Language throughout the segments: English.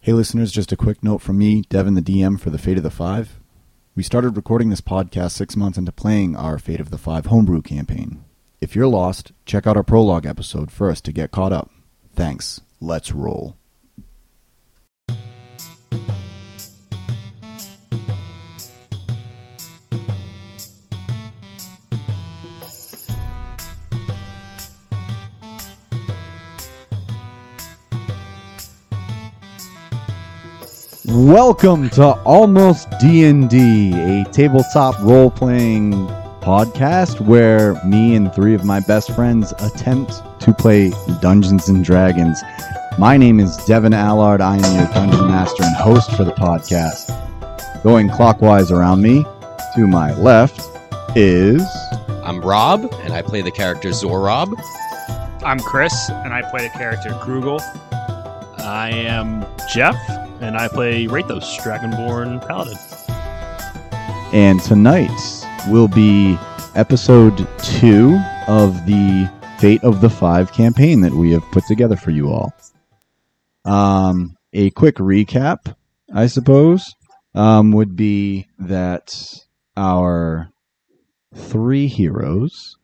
Hey, listeners, just a quick note from me, Devin the DM for the Fate of the Five. We started recording this podcast six months into playing our Fate of the Five homebrew campaign. If you're lost, check out our prologue episode first to get caught up. Thanks. Let's roll. Welcome to Almost D&D, a tabletop role-playing podcast where me and three of my best friends attempt to play Dungeons and Dragons. My name is Devin Allard. I am your dungeon master and host for the podcast. Going clockwise around me, to my left is I'm Rob, and I play the character Zorob. I'm Chris, and I play the character Krugel. I am Jeff, and I play Rathos, Dragonborn Paladin. And tonight will be episode two of the Fate of the Five campaign that we have put together for you all. Um, a quick recap, I suppose, um, would be that our three heroes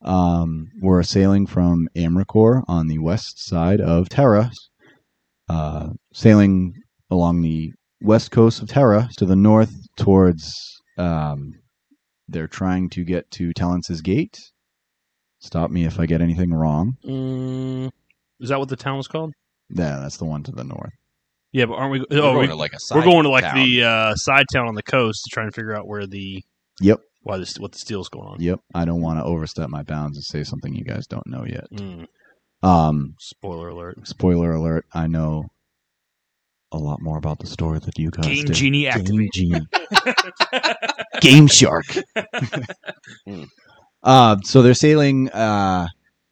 um, were sailing from Amricor on the west side of Terra, uh, sailing along the west coast of Terra to the north towards. Um, they're trying to get to Talence's Gate. Stop me if I get anything wrong. Mm, is that what the town was called? Yeah, that's the one to the north. Yeah, but aren't we? We're Oh, going we, to like a side we're going to like town. the uh, side town on the coast to try and figure out where the Yep, why this what the steal's going on. yep. I don't want to overstep my bounds and say something you guys don't know yet. Mm, Um, spoiler alert. spoiler alert: I know a lot more about the story that you guys Game do. Genie activate. Genie. Game Shark. uh, so they're sailing uh,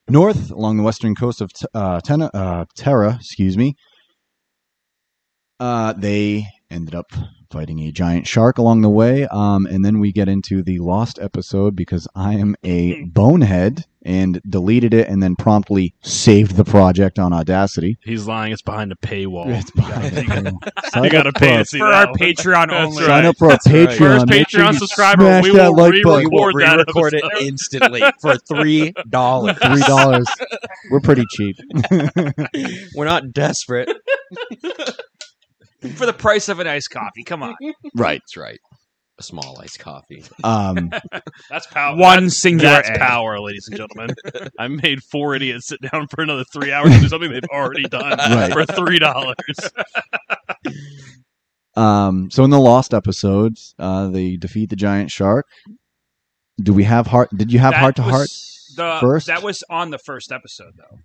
north along the western coast of T- uh, Tena, uh, Terra. Excuse me. Uh, they ended up fighting a giant shark along the way, um, and then we get into the lost episode because I am Hmm. a bonehead and deleted it, and then promptly saved the project on Audacity. He's lying. It's behind a paywall. It's behind Oh, You the- You Sign gotta up pay for to see For that our one. Patreon That's only. Sign up for a Patreon. right. First Make sure Patreon you subscriber, smash we that will like re-record button. We will that re-record it episode. instantly for three dollars. Three dollars. We're pretty cheap. We're not desperate. For the price of an iced coffee. Come on. Right. That's right. A small iced coffee. Um, That's power. One that's, singular that's egg. power, ladies and gentlemen. I made four idiots sit down for another three hours to do something they've already done Right. for three dollars. um, so in the lost episodes, uh, they defeat the giant shark. Do we have heart? Did you have That heart to was heart? the- first? That was on the first episode, though.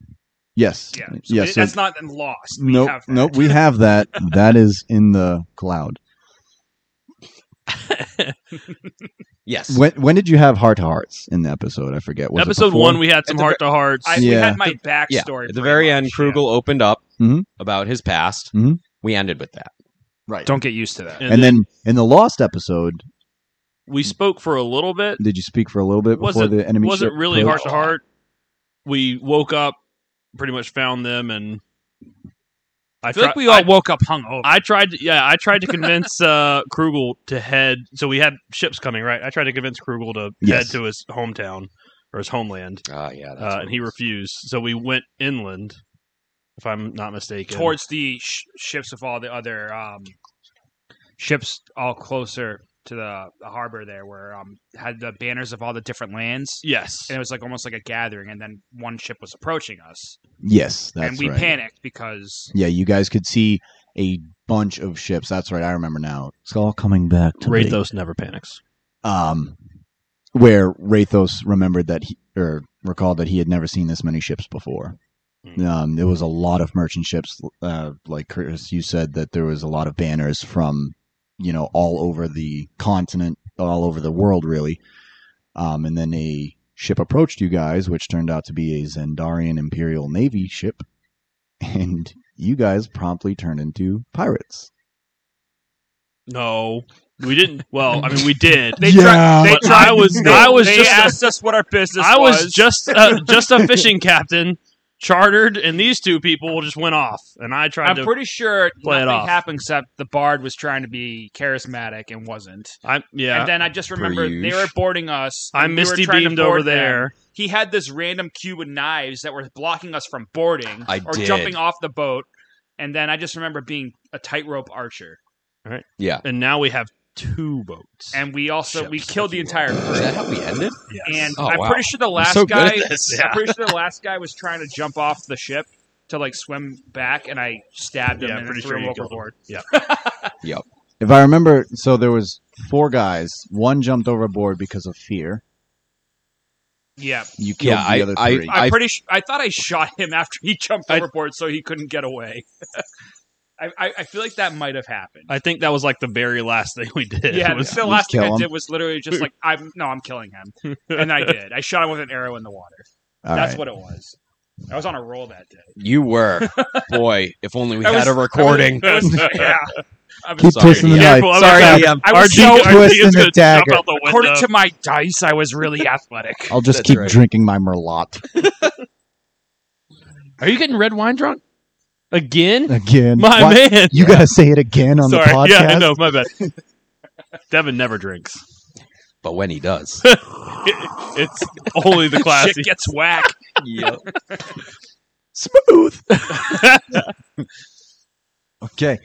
Yes. Yeah. So yes. it- so- that's not in Lost. We nope. have that. Nope. We have that. that is in the cloud. Yes. When when did you have heart to hearts in the episode? I forget. Was it Episode before? one, we had some At the heart to hearts. I, we Yeah. had my backstory. yeah. At the pretty very much, end, yeah. Krugel opened up Mhm. about his past. Mhm. We ended with that. right. Don't get used to that. and then in the lost episode, we spoke for a little bit. did you speak for a little bit before Wasn't- the enemy wasn't ship really heart approached? to heart. We woke up, pretty much found them, and I I feel tri- like we all I, woke up hungover. I tried to yeah, I tried to convince uh, Krugel to head. So we had ships coming, right? I tried to convince Krugel to Yes. head to his hometown or his homeland, Ah, yeah. That's uh, what and it he was. refused. So we went inland, if I'm not mistaken. towards the sh- ships of all the other um, ships, all closer to the, the harbor there, where um, had the banners of all the different lands, yes, and it was like almost like a gathering. And then one ship was approaching us, Yes, that's and we right. panicked because Yeah, you guys could see a bunch of ships. That's right. I remember now. It's all coming back to me. Rathos never panics. um, where Rathos remembered that he or recalled that he had never seen this many ships before. Mm. Hmm. Um, there was a lot of merchant ships, uh, like Curtis, you said that there was a lot of banners from, you know, all over the continent, all over the world, really. Um, and then a ship approached you guys, which turned out to be a Zendarian Imperial Navy ship, and you guys promptly turned into pirates. No, we didn't. Well, I mean, we did. they Yeah, tried. They Um, but tried. I was- They, I was they just a- asked us what our business. I was just uh, just a fishing captain chartered, and these two people just went off. And I tried I'm to. pretty sure play it nothing off. happened except the bard was trying to be charismatic and wasn't. I, yeah. And then I just remember they usual. were boarding us. I and we were misty trying to beamed over board them. there. He had this random cube of knives that were blocking us from boarding I or did. jumping off the boat. And then I just remember being a tightrope archer. Yeah. And now we have two boats. And we also we Ships, killed if the you entire will. Is crew. that how we ended? And Oh, I'm wow. pretty sure the last so good guy at this, I'm pretty sure the last guy was trying to jump off the ship to like swim back and I stabbed him Yeah, I'm and pretty threw sure him you killed him. overboard. If I remember, so there was four guys. One jumped overboard because of fear. Yeah. You killed Yeah, the I- other I- three. I'm I- pretty. Sh- I thought I shot him after he jumped I- overboard, so he couldn't get away. I, I, I feel like that might have happened. I think that was like the very last thing we did. yeah, It was- that's the Just last thing kill I him. did was literally just like I'm no, I'm killing him, and I did. I shot him with an arrow in the water. All that's right. what it was. I was on a roll that day. You were. Boy, if only we I had was- a recording. I was- yeah, I was Keep Sorry, twisting the yeah. knife. Careful, I'm Sorry, sorry. I'm- I Our was D- so- our D twisting is the gonna jump dagger. out the according window. to my dice, I was really athletic. I'll just That's keep right. drinking my merlot Are you getting red wine drunk? Again? again. My Why- man. You gotta say it again on Sorry. the podcast. Yeah, I know. My bad. Devin never drinks. But when he does. it's only the classy. Shit gets whack. Smooth. okay,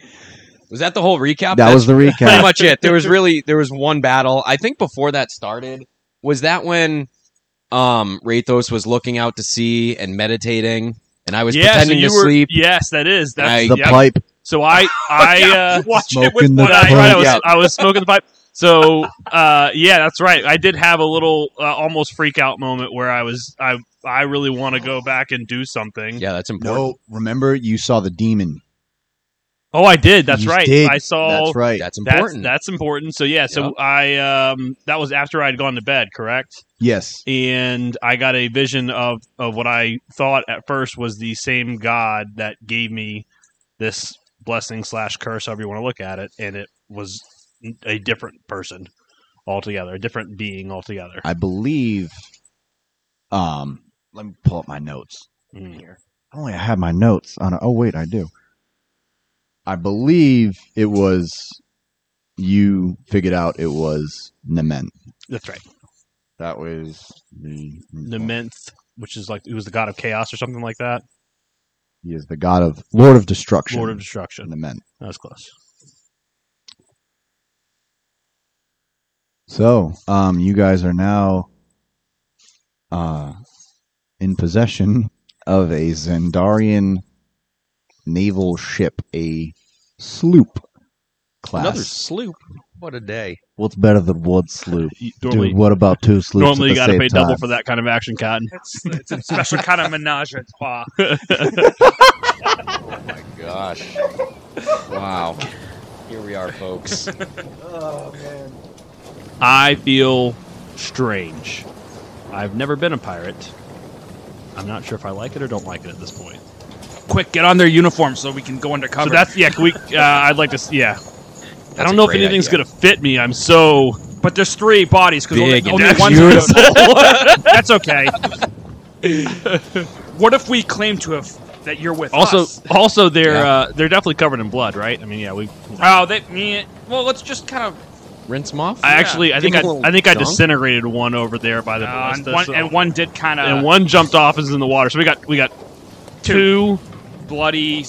Was that the whole recap? that was the pretty recap. much it. There was really there was one battle. I think before that started was that when um Rathos was looking out to sea and meditating, and I was yeah, so pretending you to were, sleep. Yes, that is. That's, I- The yep. pipe. So I, I, uh, Watch it with Smoking the what one I, pipe. right, I was, Yeah. I was smoking the pipe. So, uh, yeah, that's right. I did have a little, uh, almost freak out moment where I was, I, I really want to go back and do something. Yeah, that's important. No, remember you saw the demon. Oh, I did. That's You right. did. I saw. That's right. That's That's important. that's important. So yeah, so I um that was after I had gone to bed, correct? Yes. and I got a vision of of what I thought at first was the same God that gave me this blessing slash curse, however you want to look at it, and it was a different person altogether, a different being altogether. I believe. Um, let me pull up my notes. Mm. I don't think I have my notes on. Oh wait, I do. I believe it was you figured out it was Nement. That's right, That was the Nementh, which is like it was the God of Chaos or something like that, He is the god of Lord of Destruction. Lord of Destruction. Nement. That was close. So, um, you guys are now, uh, in possession of a Zandarian naval ship, a sloop class. Another sloop. What a day. What's better than one sloop? You- normally, Dude, what about two sloops? at normally you the got to same pay time? double for that kind of action, Cotton. It's, it's a special kind of menage a trois. My gosh. wow. Here we are, folks. I feel strange. I've never been a pirate. I'm not sure if I like it or don't like it at this point. Quick, get on their uniform so we can go undercover. So that's yeah. Can we? Uh, I'd like to. s- Yeah. I That's don't a know if great anything's idea. gonna fit me. I'm so but there's three bodies because only, Big and only That's one's yours. That's okay. what if we claim to have that you're with also us? also they're Yeah. uh, they're definitely covered in blood, right? I mean, yeah. We. Oh, they me. Well, let's just kind of Rinse them off. I Yeah. actually I think I, Give 'em a little I think I dunk. disintegrated one over there by the uh, and ballista, one so- and one uh, did kind of and one jumped off and is in the water. So we got we got two. bloody.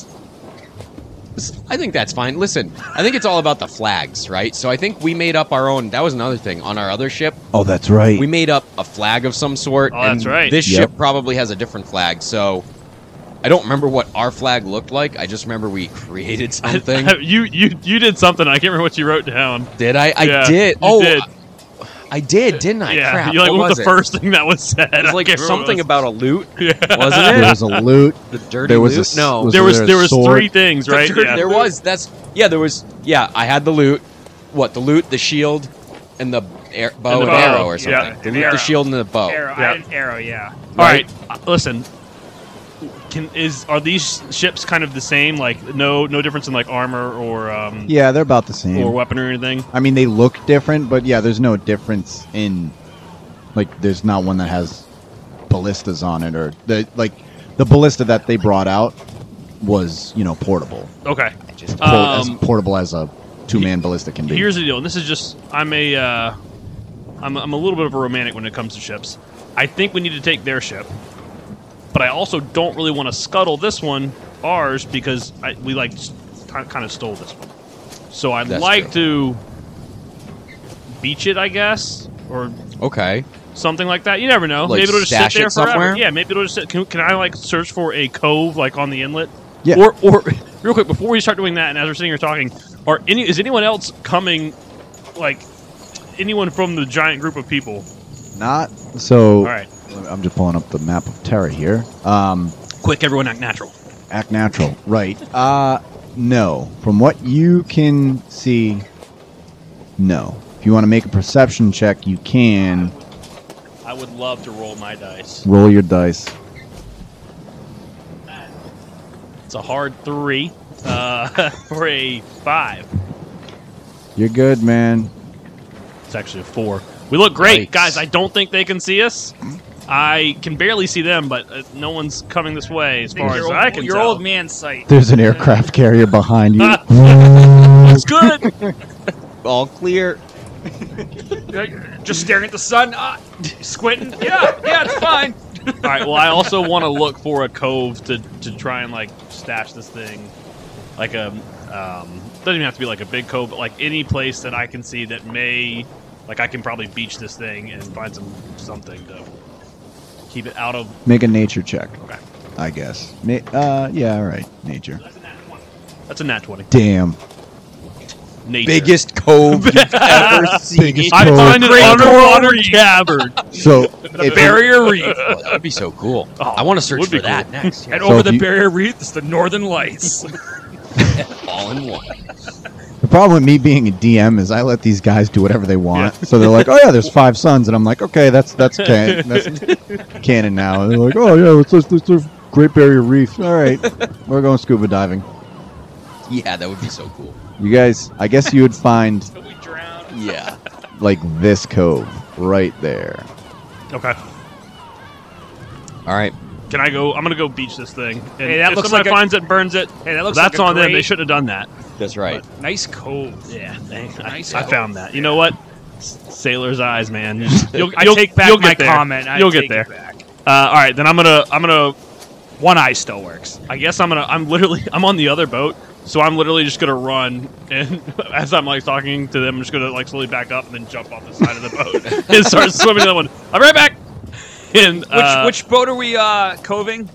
I think that's fine. Listen, I think it's all about the flags, right? So I think we made up our own. That was another thing on our other ship. Oh, that's right. We made up a flag of some sort. Oh, that's and right. This Yep. ship probably has a different flag, so I don't remember what our flag looked like. I just remember we created something. you you you did something. I can't remember what you wrote down. did I? I Yeah, did. you Oh, did. I did, didn't I? yeah. Crap. You like what what was was the it? first thing that was said? It was I like can't remember something what about a loot, it was. Yeah. wasn't there it? was a loot. The dirty There was a loot. s- no, was there was there a there was sword? three things, right? Yeah. there was. That's yeah. There was yeah. I had the loot. What the loot? The shield and the air, bow And and, the bow. arrow or something. Yeah. The loot, the shield, and the bow. Arrow, Yeah. I had an arrow. Yeah. All right, uh, listen. Can is are these ships kind of the same? Like no no difference in like armor or um Yeah, they're about the same. or weaponry or anything. I mean, they look different, but yeah, there's no difference in like there's not one that has ballistas on it or the like the ballista that they brought out was you know portable, Okay. I just Port- as Um, portable as a two man ballista can be. Here's the deal. And this is just I'm a uh, I'm, I'm a little bit of a romantic when it comes to ships. I think we need to take their ship, but I also don't really want to scuttle this one ours because I, we like kind of stole this one. So I'd That's like to beach it, I guess, or okay. something like that. You never know. Like, maybe it'll just stash sit there it forever. somewhere? Yeah, maybe it'll just sit. Can, can I like search for a cove like on the inlet? Yeah. Or or real quick before we start doing that, and as we're sitting here talking, are any is anyone else coming? Like anyone from the giant group of people? Not so. All right, I'm just pulling up the map of Terra here. Um, quick, everyone act natural. act natural, right? Uh, no. From what you can see, no. If you want to make a perception check, you can I would love to roll my dice. roll your dice. It's a hard three uh, for a five. You're good, man. It's actually a four. We look great, Yikes. guys. I don't think they can see us. I can barely see them, but uh, no one's coming this way as think far as your old, I can your tell. old man sight. There's an aircraft carrier behind you. It's good. All clear. Just staring at the sun, uh, squinting. Yeah, yeah, it's fine. All right. Well, I also want to look for a cove to, to try and like stash this thing, like a um, doesn't even have to be like a big cove, but like any place that I can see that may, like I can probably beach this thing and find some something to keep it out of. Make a nature check. Okay. I guess. Na- uh, yeah, all right. Nature. That's a nat twenty. Damn. Nature. Biggest cove you've ever seen. Biggest I cove. find an Great underwater cavern. So The if- barrier reef. Oh, that would be so cool. Oh, I want to search would for be that next. And So over if the you- barrier reef is the northern lights. All in one. the problem with me being a DM is I let these guys do whatever they want. So they're like, "Oh yeah, there's five sons," and I'm like, "Okay, that's that's can- that's canon now." And they're like, "Oh yeah, let's let's, let's do Great Barrier Reef." All right, we're going scuba diving. Yeah, that would be so cool. You guys, I guess you would find we drowned. Yeah. like this cove right there. Okay. All right. Can I go? I'm gonna go beach this thing. And Hey, that if looks somebody like a- finds it, and burns it. Hey, that looks That's like a on them. They great- shouldn't have done that. That's right. Uh, Nice cove. Yeah, thanks. I, Nice I help. found that. You know what? S- Sailor's eyes, man. You just- You'll, I you'll- take back you'll my get there. comment. I You'll take get it there. back. Uh, all right, then I'm gonna, I'm gonna. One eye still works. I guess I'm gonna. I'm literally. I'm on the other boat, so I'm literally just gonna run. And as I'm like talking to them, I'm just gonna like slowly back up and then jump off the side of the boat and start swimming to the one. I'm right back. And uh, which which boat are we uh, coving?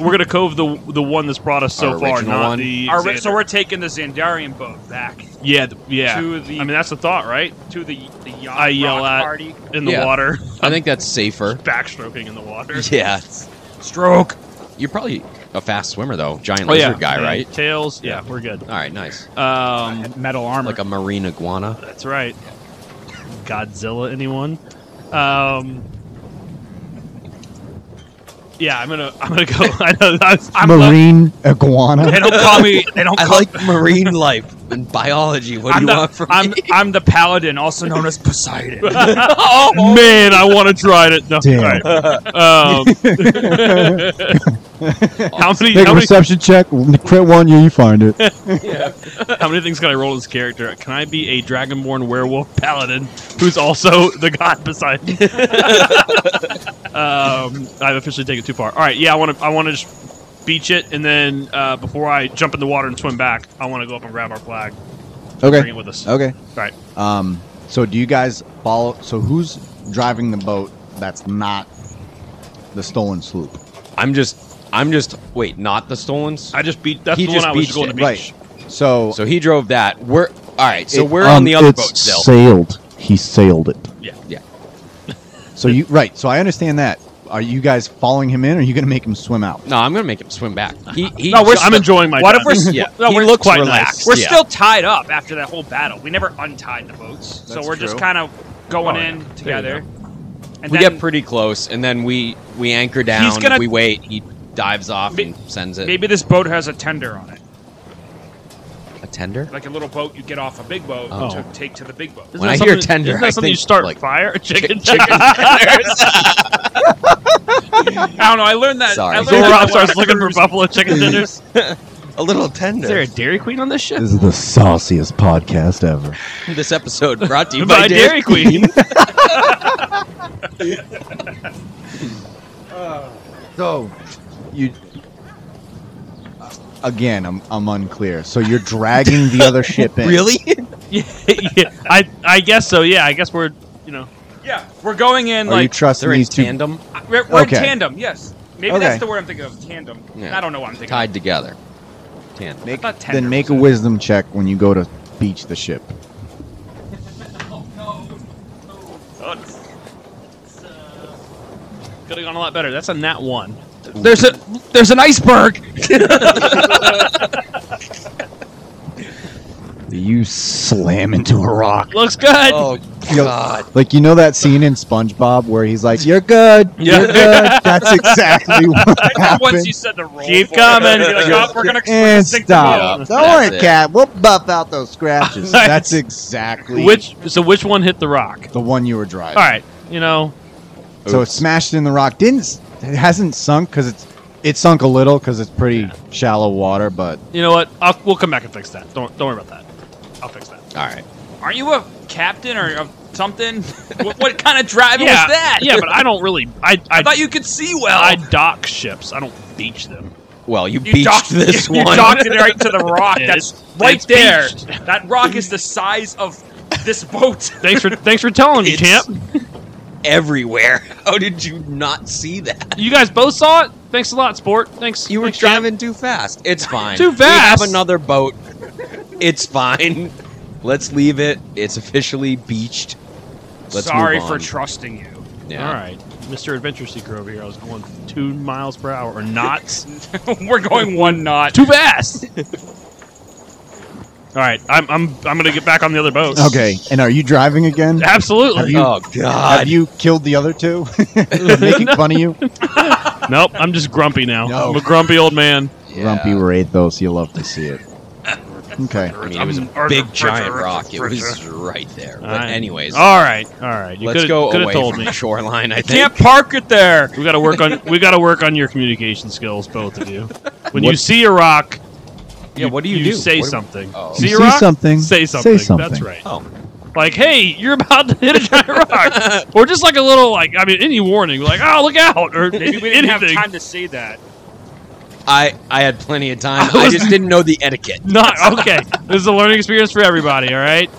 we're gonna cove the the one that's brought us so Our far, original not one? the. Our, so Xander. we're taking the Zandarian boat back yeah, th- yeah. to the I mean, that's the thought, right? to the, the yacht I yell rock at- party. In the Yeah. water, I think that's safer. backstroking in the water. Yeah. it's- Stroke. You're probably a fast swimmer though. Giant Oh lizard yeah, guy, And right? Tails. Yeah, we're good. All right. Nice. Um, Metal armor. Like a marine iguana. That's right. Godzilla, anyone? Um, yeah, I'm gonna, I'm gonna go. I know, I was, I'm not, Marine iguana. they don't call me. They don't I call. like marine life and biology. What do I'm you the, want from I'm, me? I'm the paladin, also known as Poseidon. oh man, I want to try it. No, Damn. all right. Um, how many, Make a how many, perception check. Crit one, yeah, you find it. how many things can I roll as character? Can I be a dragonborn werewolf paladin who's also the god Poseidon? um, I've officially taken it too far. All right, yeah, I want to. I want to just beach it, and then uh, before I jump in the water and swim back, I want to go up and grab our flag, bring Okay. it with us. Okay. Right. Um. So do you guys follow? So who's driving the boat? That's not the stolen sloop. I'm just. I'm just. Wait, not the stolen. s- I just beat. That's He the one just I was beached going to it, beach. Right. So, So he drove that. We're all right. So it- we're um, on the other it's boat still. Sailed. He sailed it. Yeah. Yeah. so you right. So I understand that. Are you guys following him in, or are you going to make him swim out? No, I'm gonna make him swim back. He, he, No, we're so- I'm enjoying my. What time. if we're? s- Yeah. No, He we're looks quite relaxed. nice. we're Yeah. still tied up after that whole battle. We never untied the boats, so That's we're just true. kind of going Oh, yeah. in There you together. And we then get pretty close, and then we we anchor down. gonna- we wait. He dives off May- and sends it. maybe this boat has a tender on it, a tender. like a little boat you get off a big boat Oh. to take to the big boat. Isn't When that I hear something- tender, isn't that I something you think, start like, fire? Chicken, chicken tenders. I don't know. I learned that. Sorry. I learned that Zorob on starts a looking for cruise. buffalo chicken tenders. a little tender. Is there a Dairy Queen on this ship? This is the sauciest podcast ever. This episode brought to you By by Dairy Dairy Queen. So, you uh, again, I'm I'm unclear. So you're dragging the other ship in. Really? yeah, I I guess so. Yeah, I guess we're you know Yeah, we're going in Are you like trusting They're in these two? tandem, we're, we're Okay. in tandem. Yes, maybe Okay. that's the word I'm thinking of. Tandem. Yeah. I don't know what I'm thinking. tied together. Tandem. Make, thought tender then make a was wisdom check when you go to beach the ship. could have gone a lot better. That's a nat one. There's a there's an iceberg. You slam into a rock. Looks good. Oh Yo- God! Like you know that scene in SpongeBob where he's like, "You're good, Yeah. you're good." That's exactly what happened. Once you said the roll, Keep for it, coming. you're like, "Oh, we're gonna and sink the stop. Yeah, Don't that's worry, it. Cat. We'll buff out those scratches. That's exactly Which so which one hit the rock? the one you were driving. All right, you know So it smashed in the rock. Didn't s- it hasn't sunk because it's it sunk a little because it's pretty shallow water, but you know what? I'll, we'll come back and fix that. Don't don't worry about that. I'll fix that. All right. Aren't you a captain or a something? what, what kind of driving yeah, was that? yeah, but I don't really. I I, I thought you could see well. I dock ships. I don't beach them. Well, you, You beached docked- this you one. docked it right to the rock. Yeah, That's it's- right it's there. beached. That rock is the size of this boat. Thanks for thanks for telling me, It's- champ. everywhere. How did you not see that? You guys both saw it. Thanks a lot, sport. Thanks. You were thanks, champ. driving too fast. It's fine. Too We fast? have another boat. It's fine. Let's leave it. It's officially beached. Let's Sorry move for on. trusting you. Yeah. All right, Mr. Adventure Seeker over here. I was going two miles per hour or knots. We're going one knot. Too fast. All right, I'm I'm I'm gonna get back on the other boat. okay. And are you driving again? Have Absolutely. you- oh Have God! you killed the other two? Making fun of you, Nope. I'm just grumpy now. No. I'm a grumpy old man. Yeah. grumpy Wraithos. You love to see it. Okay. I mean, it was a big giant rock. It was right there. But Alright. anyways, All right. All right. You let's coulda- go coulda away told from me. the shoreline. I think. Can't park it there. We gotta work on we gotta work on your communication skills, both of you. When you What- see a rock, Yeah, what do you do? say What do- something. Oh. See You a see rock? something, Say say something. That's something. right. Oh. Like, hey, you're about to hit a giant rock, or just like a little like I mean, any warning, like, oh, look out, or Maybe we didn't have anything. time to say that. I I had plenty of time. I I was- just didn't know the etiquette. Not okay. this is a learning experience for everybody. All right,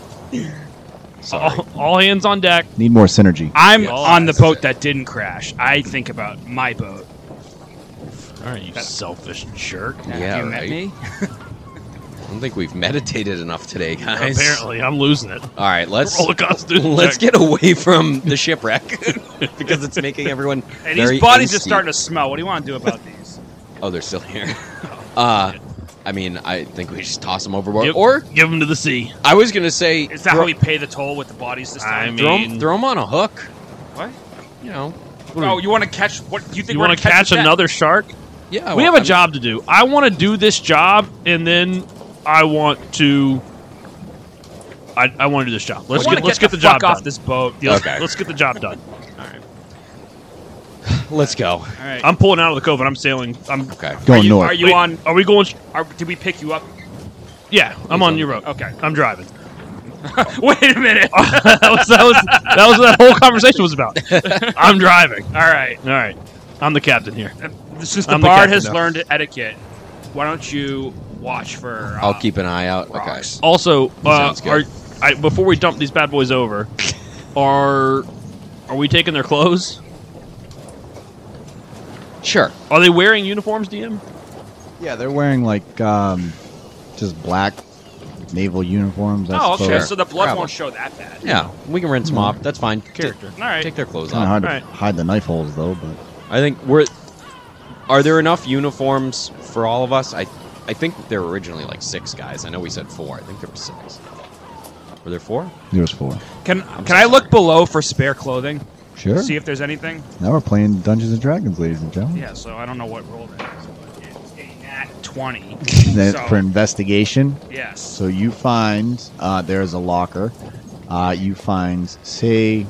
Sorry. all, all hands on deck. Need more synergy. I'm Yeah, on the that's boat it. that didn't crash. I think about my boat. All right, you selfish jerk. Yeah, Have you right. met me? I don't think we've meditated enough today, guys. Apparently, I'm losing it. All right, let's Roll a constitution let's check. get away from the shipwreck because it's making everyone. And very these bodies just angsty. starting to smell. What do you want to do about these? Oh, they're still here. Uh, I mean, I think we just toss them overboard. Yep. Or give them to the sea. I was gonna say, Is that throw, how we pay the toll with the bodies this I time? mean- throw, 'em- throw 'em on a hook? What? You know? oh, you want to catch? What do you think? You we're want to gonna catch the net? another shark? Yeah. we well, have a I'm- job to do. I want to do this job, and then I want to. I, I want to do this job. Let's I wanna get let's get the, fuck job off done. this boat. Yeah, let's- Okay. Let's get the job done. Let's go. All right. I'm pulling out of the cove and I'm sailing. I'm. Okay. Going are you, north. Are you Wait, on? Are we going? s- Are, did we pick you up? Yeah, I'm on your road. Okay. I'm driving. Wait a minute. All that was that was that was what that whole conversation was about. I'm driving. right. All right, I'm the captain here. Since the I'm the bard captain has now. learned etiquette, why don't you watch for? Uh, I'll keep an eye out. rocks. Also, uh, Sounds are good. I, before we dump these bad boys over, are are we taking their clothes? Okay. Sure. Are they wearing uniforms, DM? Yeah, they're wearing like um, just black naval uniforms. I Oh, okay. suppose. So the blood Travel. won't show that bad. Yeah. We can rinse them off. That's fine. Character. All right. Take their clothes Kind of off. hard to Alright. hide the knife holes though, but I think we're. Are there enough uniforms for all of us? I, I think there were originally like six guys. I know we said four. I think there were six. Were there four? there's four. Can I'm Can so I look below for spare clothing? Sure. See if there's anything. Now we're playing Dungeons and Dragons, ladies and gentlemen. Yeah. So I don't know what roll that is. But it's a nat Twenty. That's So- for investigation. Yes. So you find uh, there is a locker. Uh, you find say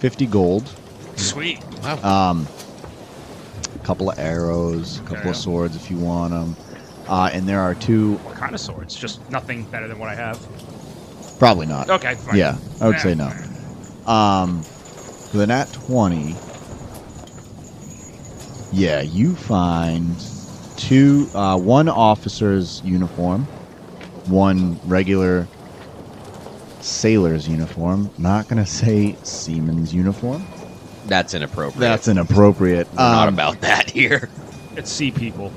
fifty gold. Sweet. Um, couple of arrows, a couple Yeah. of swords if you want them. Uh, and there are two, What kind of swords? Just nothing better than what I have. Eh. probably not. Okay, fine. Yeah, I would Yeah. say no. Um, with an at 20, yeah, you find two, uh, one officer's uniform, one regular sailor's uniform. Not gonna say seaman's uniform. That's inappropriate. That's inappropriate. We're not Um, about that here. It's sea people.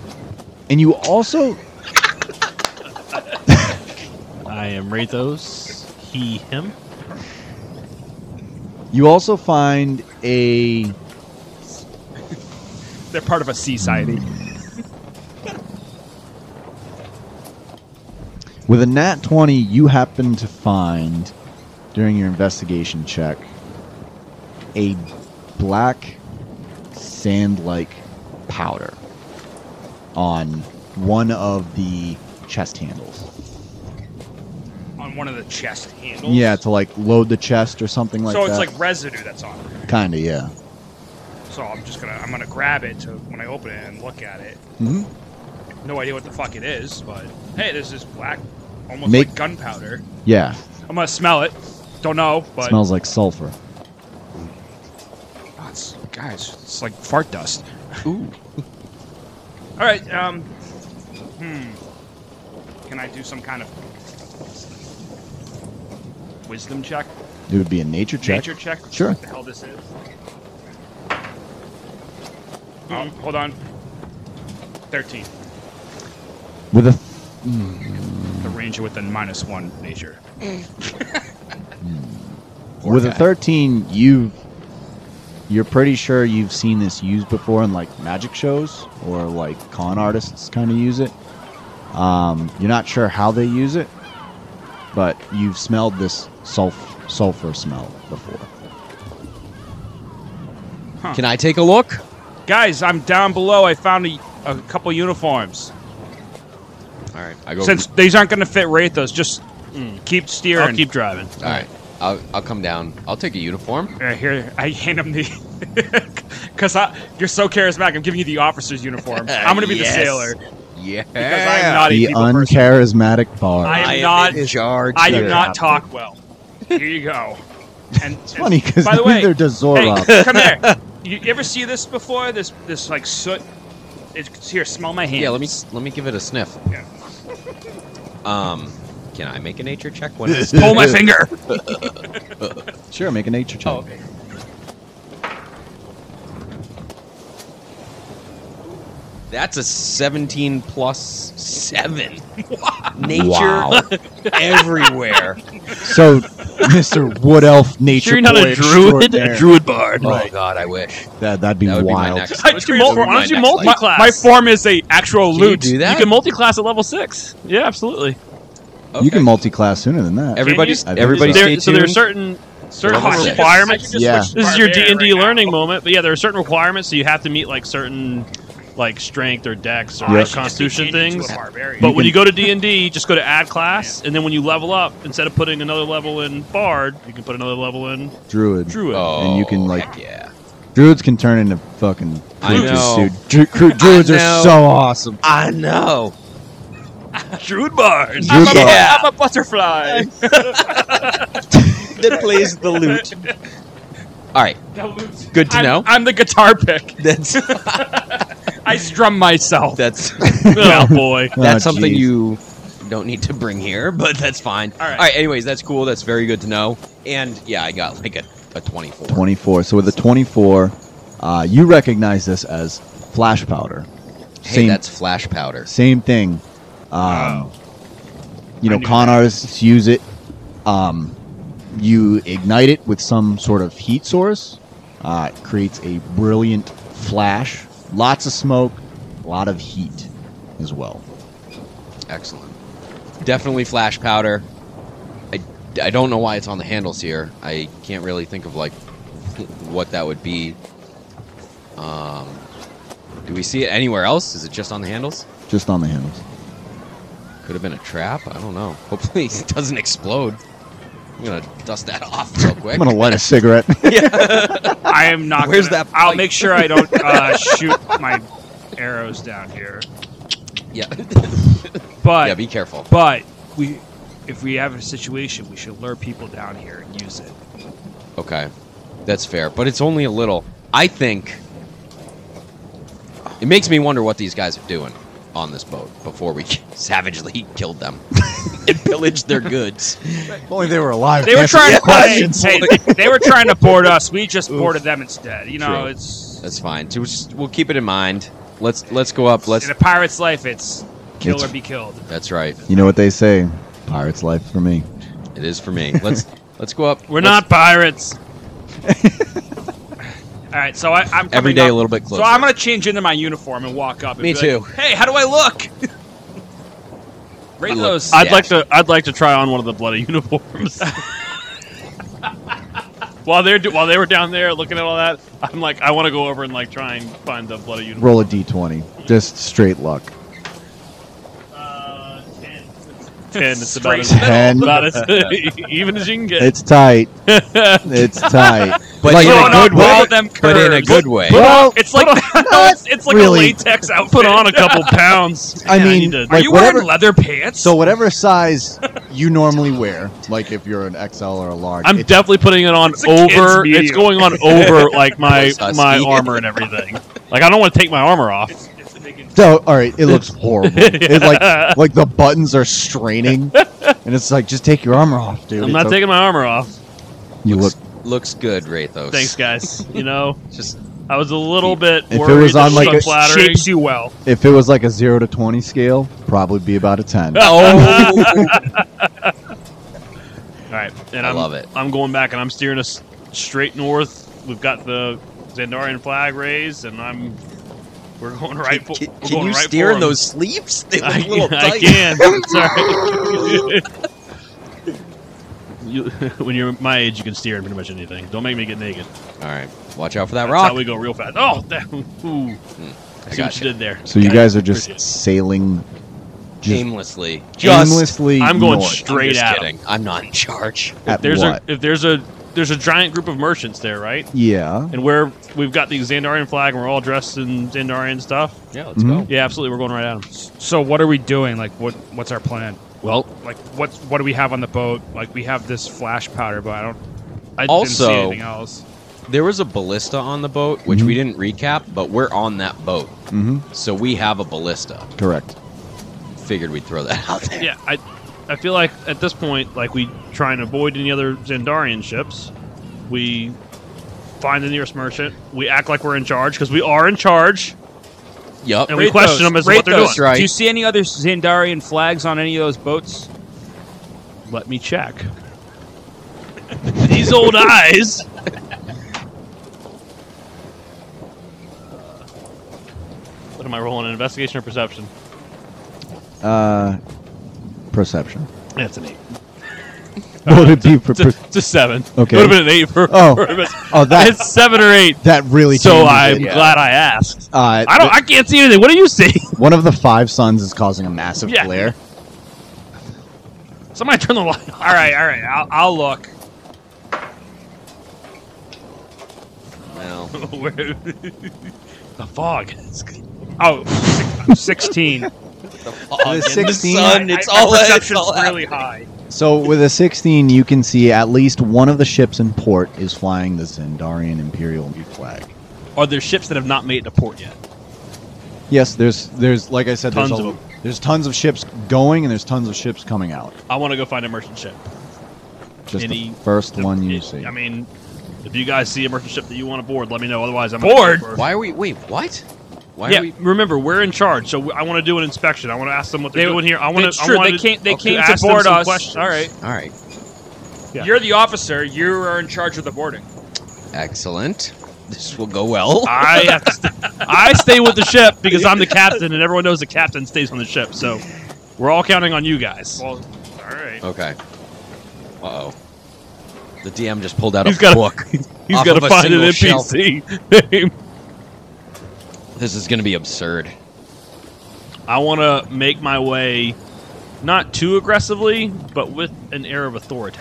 and you also, I am Rathos. He, him. you also find a They're part of a sea society. With a nat 20, you happen to find, during your investigation check, a black sand like powder on one of the chest handles. On one of the chest handles. Yeah, to like load the chest or something like so that. it's like residue that's on. it. Kinda, yeah. So I'm just gonna I'm gonna grab it to when I open it and look at it. hmm No idea what the fuck it is, but hey, there's this black, almost Make- like gunpowder. Yeah, I'm gonna smell it. Don't know, but smells like sulfur. Oh, it's, guys, it's like fart dust. Ooh. All right. Um. Hmm. Can I do some kind of wisdom check, It would be a nature check. nature check? Sure. What the hell this is? Uh, Oh, hold on. Thirteen. With a. The ranger with the minus one nature. Poor With a guy. 13, you've you're pretty sure you've seen this used before in like magic shows or like con artists kind of use it. Um, you're not sure how they use it, but you've smelled this sulf- sulfur smell before. Can I take a look? Guys, I'm down below. I found a, a couple uniforms. All right, I go. Since these aren't going to fit Rathos, just Mm. keep steering. I'll keep driving. all right, I'll, I'll come down. I'll take a uniform. Uh, here, I hand him the. Because you're so charismatic, I'm giving you the officer's uniform. I'm going to be Yes. the sailor. Yeah, Because I'm not a The people person. uncharismatic bard. I am in not- charge. I do here. not talk well. Here you go. And, it's funny because By the way, neither does Zorob. hey, come here. You, you ever see this before? This, this like soot. It's, here, smell my hand. Yeah, let me s- let me give it a sniff. Yeah. Um, can I make a nature check when it's pull my finger. sure, make a nature check. Oh, okay. That's a 17 plus 7. Nature Wow. everywhere. So, Mr. Wood Elf Nature Sure, you're not Boy a druid, a extraordinaire. druid bard. oh, God, I wish. That, that'd be That would wild. be my next. Why don't you mul- why don't you My next life. multi-class? My form is a actual Can you loot. do that? You can multi-class at level six. Yeah, absolutely. You Okay. can multi-class sooner than that. Everybody, I think everybody so. stay There, tuned. so there are certain certain Level six. requirements. Yeah. This is your D and D learning moment, but yeah, there are certain requirements. So you have to meet like certain like strength or dex or Yeah. constitution things. But But when you go to D and D, just go to add class, and then when you level up, instead of putting another level in bard, you can put another level in Druid. druid. oh, and you can, like- heck yeah. Druids can turn into fucking I creatures, know. dude. Dru- cru- druids I are know. so awesome. I know. Druid bard. Druid I'm, bard. Yeah. a, I'm a butterfly. That plays the lute. All right, good to I'm, know. I'm the guitar pick. That's I strum myself. that's oh boy. Oh, that's something geez. you don't need to bring here, but that's fine. All right. All right. Anyways, that's cool. That's very good to know. And yeah, I got like a, a 24. 24. So with a 24, uh, you recognize this as flash powder. Hey, Same- that's flash powder. Same thing. Um, Wow. You I know, knew con artists use it. Um, you ignite it with some sort of heat source. Uh, it creates a brilliant flash. Lots of smoke, a lot of heat as well. Excellent. Definitely flash powder. I, I don't know why it's on the handles here. I can't really think of like what that would be. Um, do we see it anywhere else? Is it just on the handles? Just on the handles. Could have been a trap. I don't know. Hopefully it doesn't explode. I'm gonna dust that off real quick. I'm gonna light a cigarette. I am not. Where's gonna- that I'll pipe? make sure I don't uh, shoot my arrows down here. yeah, But yeah. Be careful. but we, if we have a situation, we should lure people down here and use it. Okay, that's fair, but it's only a little. I think it makes me wonder what these guys are doing on this boat before we savagely killed them and pillaged their goods. if only they were alive. They were Answer trying the to hey, questions. hey, they were trying to board us. We just boarded them instead. You know, True. it's That's fine. So we'll just- we'll keep it in mind. Let's let's go up. Let's. in a pirate's life. It's kill It's- or be killed. That's right. You know what they say? Pirate's life for me. It is for me. Let's let's go up. We're Let's- not pirates. All right, so I, I'm coming every day up- a little bit So closer. I'm gonna change into my uniform and walk up. And Me be like, too. hey, how do I look? Rate I look- those. I'd Yeah. like to. I'd like to try on one of the bloody uniforms. while they're do, while they were down there looking at all that, I'm like, I want to go over and like try and find the bloody uniform. Roll a d20. Just straight luck. Uh, ten. Ten. It's about as, Straight Ten. about as even as you can get. It's tight. It's tight. But like in in a a Throwing good up way. Oh, all them curves. but in a good way. Well, It's like no, it's, it's like really. a latex outfit. put on a couple pounds. I Man, mean, need to- Are like, you whatever- wearing leather pants? so whatever size you normally wear, like if you're an XL or a large, I'm it's- definitely putting it on It's a kid's over. medium. It's going on over like my It's husky. my armor and everything. Like I don't want to take my armor off. It's, it's big and- So, all right, it looks horrible. It like like the buttons are straining, and it's like just take your armor off, dude. I'm not It's taking my armor off. okay. You look. Looks good, Rathos. Thanks, guys. You know, Just I was a little bit it worried. was that on, it like, was a- flattering. shapes you well. If it was like a zero to twenty scale, probably be about a ten. oh, All right, and I I'm, love it. I'm going back and I'm steering us straight north. We've got the Zandarian flag raised, and I'm we're going right. for, Can, we're can going you right steer for in 'em. those sleeves? They look I, a little I tight. can. Sorry. you, when you're my age, you can steer in pretty much anything. Don't make me get naked. All right, watch out for that That's rock. Hmm. how we go real fast. Oh, that, ooh. I see what gotcha. you did there. So you Okay. guys are just Appreciate sailing, just Aimlessly. Just- aimlessly. I'm going north. straight I'm just at 'em. kidding. I'm not in charge. it. At there's what? a if there's a there's a giant group of merchants there, right? yeah. And we're we've got the Xandarian flag, and we're all dressed in Xandarian stuff. Yeah, let's let's go. go. Yeah, absolutely. We're going right at them. So what are we doing? Like what what's our plan? Well, Like what what do we have on the boat? Like we have this flash powder, but I don't. I Also- didn't see anything else. There was a ballista on the boat, which Mhm. we didn't recap, but we're on that boat, hmm so we have a ballista. Correct. Figured we'd throw that out there. yeah, I I feel like at this point, like we try and avoid any other Xandarian ships. We find the nearest merchant. We act like we're in charge because we are in charge. Yup. And we question them as to what they're Rathos, doing. Do you see any other Zandarian flags on any of those boats? Let me check. These old eyes. What am I rolling? An investigation or perception? Uh, perception. That's an eight. What would it be for? It's a, per- it's a seven. Okay. Would have been an eight for. Oh. for invest- oh, that it's seven or eight. that really. So changes I'm it. glad I asked. Uh, I don't. I can't see anything. What do you see? One of the five suns is causing a massive Yeah. glare. Somebody turn the light on. All right, all right. I'll, I'll look. Well, Where- the fog. Oh, six- 16. the fog and the 16? sun, it's all my it's perception's all out. really high. So with a 16, you can see at least one of the ships in port is flying the Zendarian Imperial flag. Are there ships that have not made it to port yet? Yes, there's there's like I said, Tons there's a- of 'em. there's tons of ships going and there's tons of ships coming out. I want to go find a merchant ship. Just Any- the first one you It- see. I mean, if you guys see a merchant ship that you want to board, let me know. Otherwise, I'm Board? For, Why are we? Wait, what? Why yeah, are we? remember we're in charge, so we- I want to do an inspection. I want to ask them what they're They- doing here. I want It's to. true. They came, they okay, came to ask them board some us. questions. All right. All right, Yeah. You're the officer. You are in charge of the boarding. excellent. This will go well. I have to st- I stay with the ship because I'm the captain, and everyone knows the captain stays on the ship. So we're all counting on you guys. Well, all right. Okay. Uh oh. The DM just pulled out He's a gotta- book. He's off got of to a find an single shelf. NPC. This is going to be absurd. I want to make my way, not too aggressively, but with an air of authority.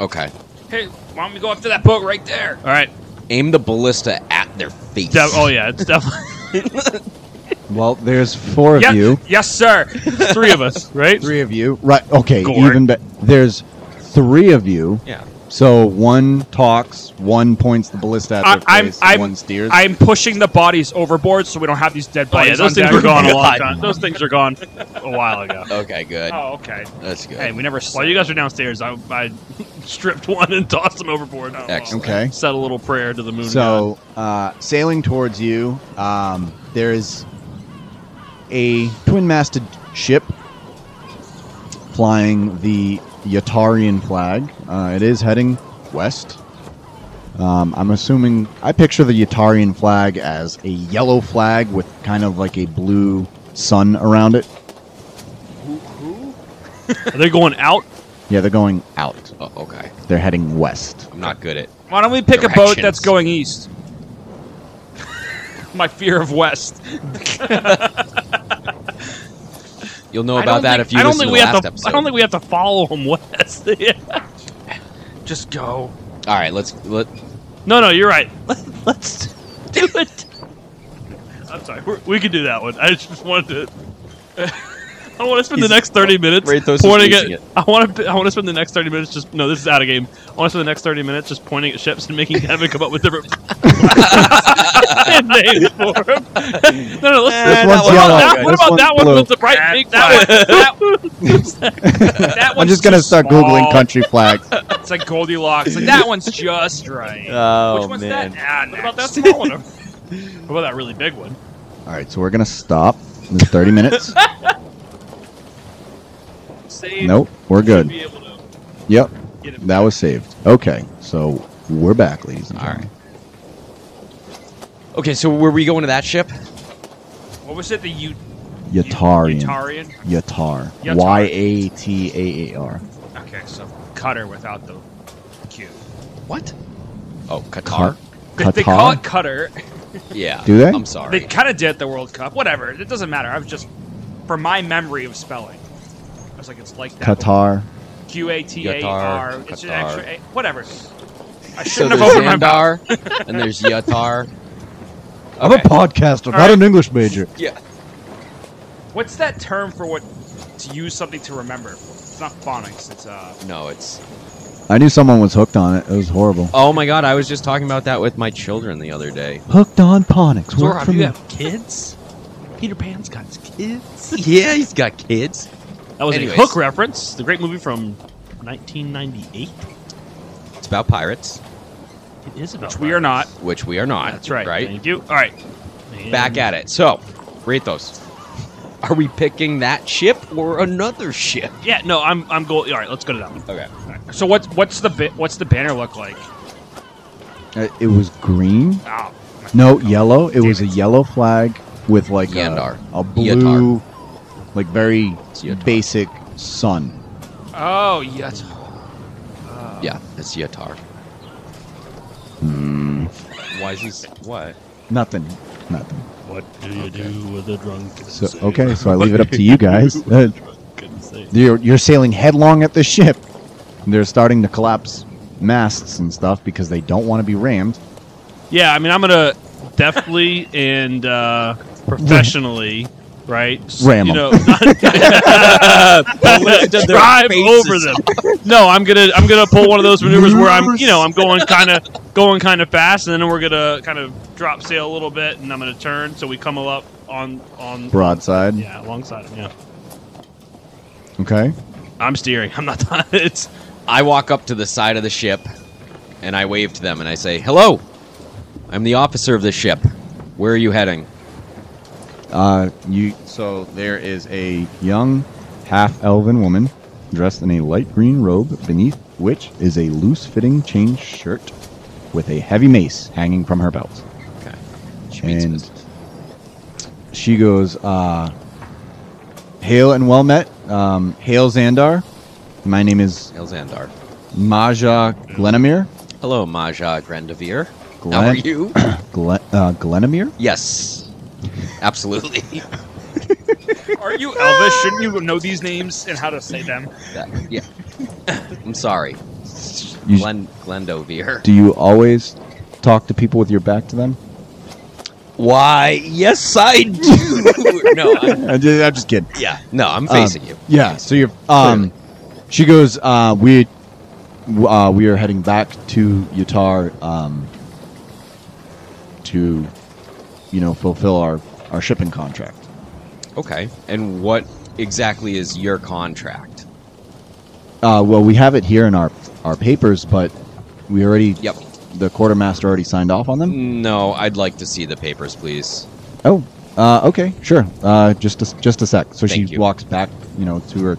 Okay. Hey, why don't we go up to that boat right there? All right. Aim the ballista at their face. De- oh yeah, it's definitely Well, there's four of Yep. you. Yes, sir. three of us, right? Three of you. Right. Okay. Gorg. Even better. There's three of you. Yeah. So one talks, one points the ballista at I- their I'm- face, I'm- one steers. I'm pushing the bodies overboard so we don't have these dead Oh yeah, bodies. those on things deck. were gone a long God. time. Those things are gone a while ago. Okay, good. Oh, okay. That's good. Hey, we never. While you guys are downstairs, I, I stripped one and tossed him overboard. Oh, I don't know. Excellent. okay. Said a little prayer to the Mm-hmm. moon. god. So uh, sailing towards you, um, there is a twin-masted ship flying the Yatarian flag. Uh, it is heading west. Um, I'm assuming I picture the Yatarian flag as a yellow flag with kind of like a blue sun around it. are they going out? Yeah, they're going out. Oh, okay. They're heading west. I'm not good at. Why don't we pick a boat Directions. that's going east? My fear of west. You'll know I don't about that think- if you I don't listen think to we the have last to. episode. I don't think we have to follow him west. Yeah. Just go. All right, let's let. No, no, you're right. Let- Let's do it. I'm sorry. We're, we could do that one. I just wanted to. I want to spend He's- oh, the next thirty minutes Rathos is pointing at. losing it. I want to. I want to spend the next thirty minutes just. No, this is out of game. I want to spend the next thirty minutes just pointing at ships and making Kevin come up with different names for him. No, no. Let's, This what one's about yellow. that- This what about one's that one blue. with the bright That- pink? That one. That I'm one's just gonna too start small. googling country flags. It's like Goldilocks. Like that one's just right. Oh Which one's man. Ah, What about that next. small one? What about that really big one? All right, so we're gonna stop. in 30 minutes. Save. nope, we're good. Be able to Yep, get it that was saved. Okay, so we're back, ladies and All gentlemen. Okay, so were we going to that ship? What was it? The U- Yatarian. Utarian. Yatar. Yatar. Y A T A A R. Okay, so cutter without the Q. What? Oh, Qatar. They, they call it Qatar? cutter. Yeah. Do they? I'm They sorry. kind of did at the World Cup. Whatever. It doesn't matter. I was just for my memory of spelling. I was like, it's like that. Qatar. Q A T A R. Qatar, It's an Qatar. extra A. Whatever. I So shouldn't there's have opened my mouth. Xandar, and there's Yatar. I'm a podcaster, not right. an English major. Yeah. What's that term for what to use something to remember? It's not phonics. It's uh. No, it's. I knew someone was hooked on it. It was horrible. Oh my God! I was just talking about that with my children the other day. Hooked on Ponics. Work Zora, for do you me. have kids? Peter Pan's got kids. yeah, he's got kids. That was Anyways. a Hook reference, the great movie from 1998. It's about pirates, It is about Which we are not. which we are not. That's right. Right. Thank you. All right, Back at it. So, Rathos, are we picking that ship or another ship? Yeah, no, I'm I'm going. All right, let's go to that one. Okay. So what's what's the bi- what's the banner look like? Uh, It was green. Oh, my- No, yellow. It Damn was a it. yellow flag with like a, Yandar. a blue, like very It's Yatar. basic sun. Oh yes. Yeah, it's Yatar. Hmm. Why is this? What? Nothing. Nothing. What do you Okay. do with a drunk? So, okay, so I leave it up to you guys. Uh, All you're, you're sailing headlong at the ship. They're starting to collapse masts and stuff because they don't want to be rammed. Yeah, I mean, I'm gonna deftly and uh, professionally, right? s- Ram you 'em. know, drive over them. No, I'm gonna I'm gonna pull one of those maneuvers where I'm you know I'm going kind of going kind of fast, and then we're gonna kind of drop sail a little bit, and I'm gonna turn so we come up on on Broadside. yeah alongside him. Yeah, Okay. I'm steering. I'm not. It's I walk up to the side of the ship and I wave to them and I say, Hello, I'm the officer of this ship. Where are you heading? Uh, you. So there is a young, half-elven woman dressed in a light green robe, beneath which is a loose-fitting chain shirt with a heavy mace hanging from her belt. Okay. She means And- business. She goes, uh, "Hail and well met, um, Hail Xandar. My name is El Xandar. Maja Glenamir. Hello, Maja Grandevere. Glen, How are you? Glen, uh, Glenamir? yes. Absolutely. Are you Elvis? Shouldn't you know these names and how to say them? That- yeah. I'm sorry. You- Glen Glendovere. Do you always talk to people with your back to them? Why? Yes, I do. no, I'm, I'm just, I'm just kidding. yeah, no, I'm facing you. Um, Yeah. So you're. Um, she goes. Uh, we, uh, we are heading back to Yatar. Um, to, you know, fulfill our our shipping contract. Okay. And what exactly is your contract? Uh, well, we have it here in our our papers, but we already. Yep. The quartermaster already signed off on them. No, I'd like to see the papers, please. Oh, uh, okay, sure. Uh, just a, just a sec. So Thank she you. walks back, you know, to her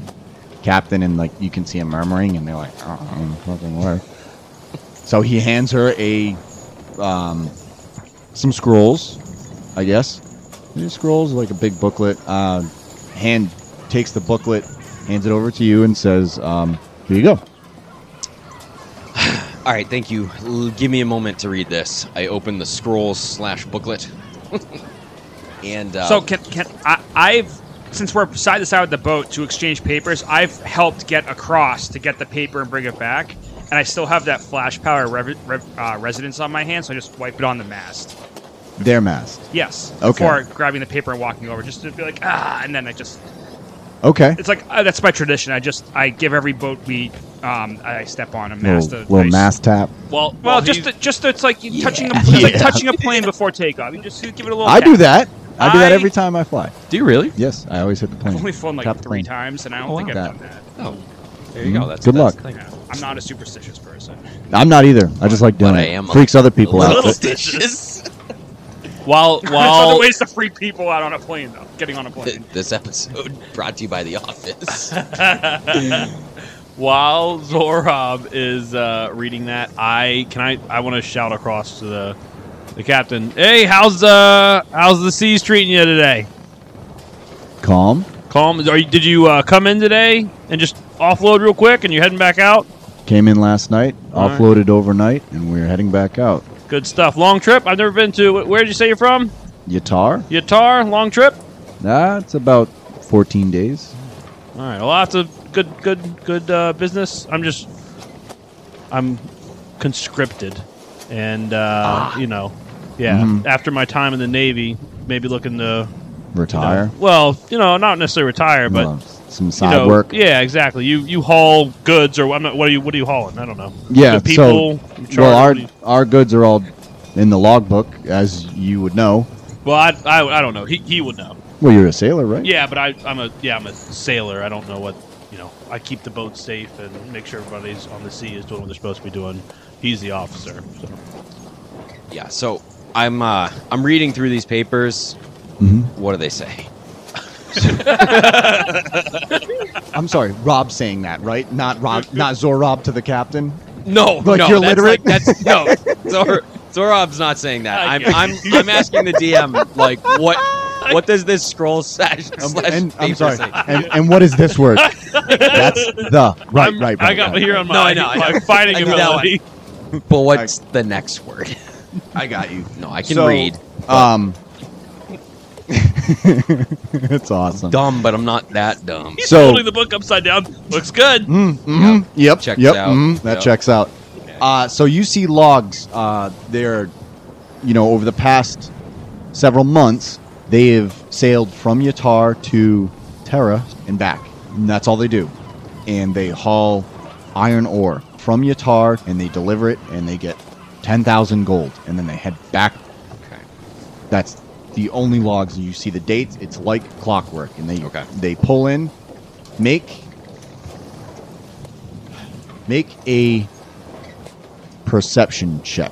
captain, and like you can see him murmuring, and they're like, "Oh, "I don't know fucking where." So he hands her a um, some scrolls, I guess. They're just scrolls, like a big booklet. Uh, hand takes the booklet, hands it over to you, and says, um, "Here you go." All right, thank you. L- give me a moment to read this. I open the scrolls slash booklet, and um, So can can I, I've since we're side to side with the boat to exchange papers, I've helped get across to get the paper and bring it back, and I still have that flash power rev, rev, uh, residence on my hand, so I just wipe it on the mast. Their mast. Yes. Okay. Before grabbing the paper and walking over, just to be like ah, and then I just Okay. it's like uh, that's my tradition. I just I give every boat we um I step on a mast. Little, a little nice- mast tap. Well, Well, well, just he's- the, just the, it's like you touching a it's like Yeah. touching a plane before takeoff. You just give it a little. I tap. do that. I do that I- every time I fly. do you really? Yes, I always hit the plane. I've only flown like Tap the three plane. times, and I don't Oh, think wow. I've done that. Oh, there you go. Mhm. That's Good that's luck. the thing. Yeah, I'm not a superstitious person. I'm not either. I just like doing But I it. am a Freaks other people out. Little but- stitches. while There's other while ways to free people out on a plane, though. Getting on a Th- plane. This episode brought to you by The Office. while Zorob is uh, reading that, I can I I want to shout across to the the captain. Hey, how's uh how's the seas treating you today? Calm. Calm. Are you, did you uh, come in today and just offload real quick, and you're heading back out? Came in last night, All right. offloaded overnight, and we're heading back out. Good stuff. Long trip. I've never been to. Where did you say you're from? Yatar? Yatar. Long trip. That's about 14 days. All right. Well, that's a good, good, good uh, business. I'm just, I'm conscripted, and uh, you know, yeah. Mhm. After my time in the Navy, maybe looking to you know- Retire. well, you know, not necessarily retire, but. Uh, some you side know, work. yeah, exactly. You you haul goods, or I'm not, what are you what are you hauling? I don't know. Yeah, The people. you charge- well, our our goods are all in the logbook, as you would know. well, I, I, I don't know. He, he would know. Well, you're a sailor, right? Yeah, but I, I'm a yeah, I'm a sailor. I don't know what you know. I keep the boat safe and make sure everybody's on the sea is doing what they're supposed to be doing. He's the officer. So. yeah. So I'm uh, I'm reading through these papers. hmm What do they say? I'm sorry, Rob saying that, right? Not Rob, not Zorob to the captain. No, Like, no, you're that's literate? Like, that's no. Zor- Zorob's not saying that. I I'm, get it. I'm, I'm asking the DM like what what does this scroll slash Um, slash and I'm paper sorry. say? And, and what is this word? That's the right, I'm- right, right. I got right. here on my, No, I know, I my know. fighting I knew that ability. But what's the next word? I got you. No, I can So, read. Um, it's awesome. Dumb, but I'm not that dumb. He's So- holding the book upside down. Looks good. Mm, mhm, Yep. Checks yep. out. mhm, that Yep. checks out. Okay. Uh, so you see logs. Uh, they're, you know, over the past several months, they have sailed from Yatar to Terra and back. And that's all they do. And they haul iron ore from Yatar and they deliver it and they get 10,000 gold. And then they head back Okay. That's the only logs you see the dates. It's like clockwork, and they Okay. they pull in, make make a perception check.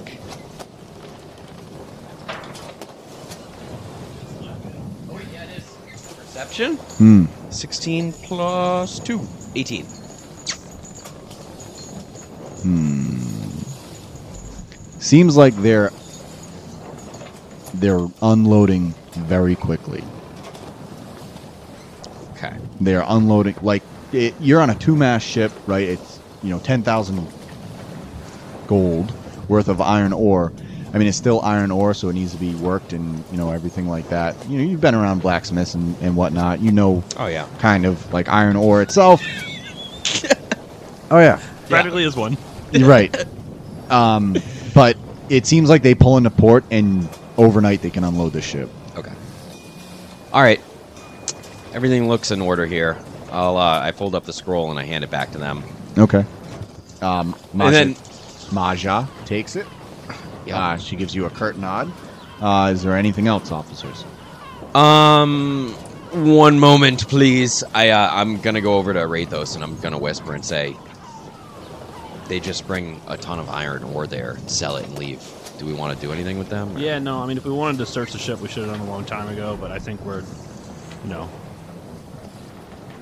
Perception. Hmm. 16 plus 2. 18. Hmm. Seems like they're they're unloading very quickly. Okay. They're unloading like it, you're on a two-mast ship, right? It's you know ten thousand gold worth of iron ore. I mean, it's still iron ore, so it needs to be worked and you know everything like that. You know, you've been around blacksmiths and, and whatnot. You know, Oh, yeah. kind of like iron ore itself. oh yeah, Practically is one. You're right. Um, but it seems like they pull into port and overnight they can unload the ship. Okay. All right. Everything looks in order here. I'll uh, I fold up the scroll and I hand it back to them. Okay. Um, Maja, And then Maja takes it. Yeah. Uh, she gives you a curt nod. Uh, is there anything else, officers? Um, one moment, please. I uh, I'm gonna go over to Rathos and I'm gonna whisper and say, they just bring a ton of iron ore there, sell it and leave. Do we want to do anything with them? or- Yeah, no, I mean, if we wanted to search the ship, we should have done a long time ago, but I think we're, you know.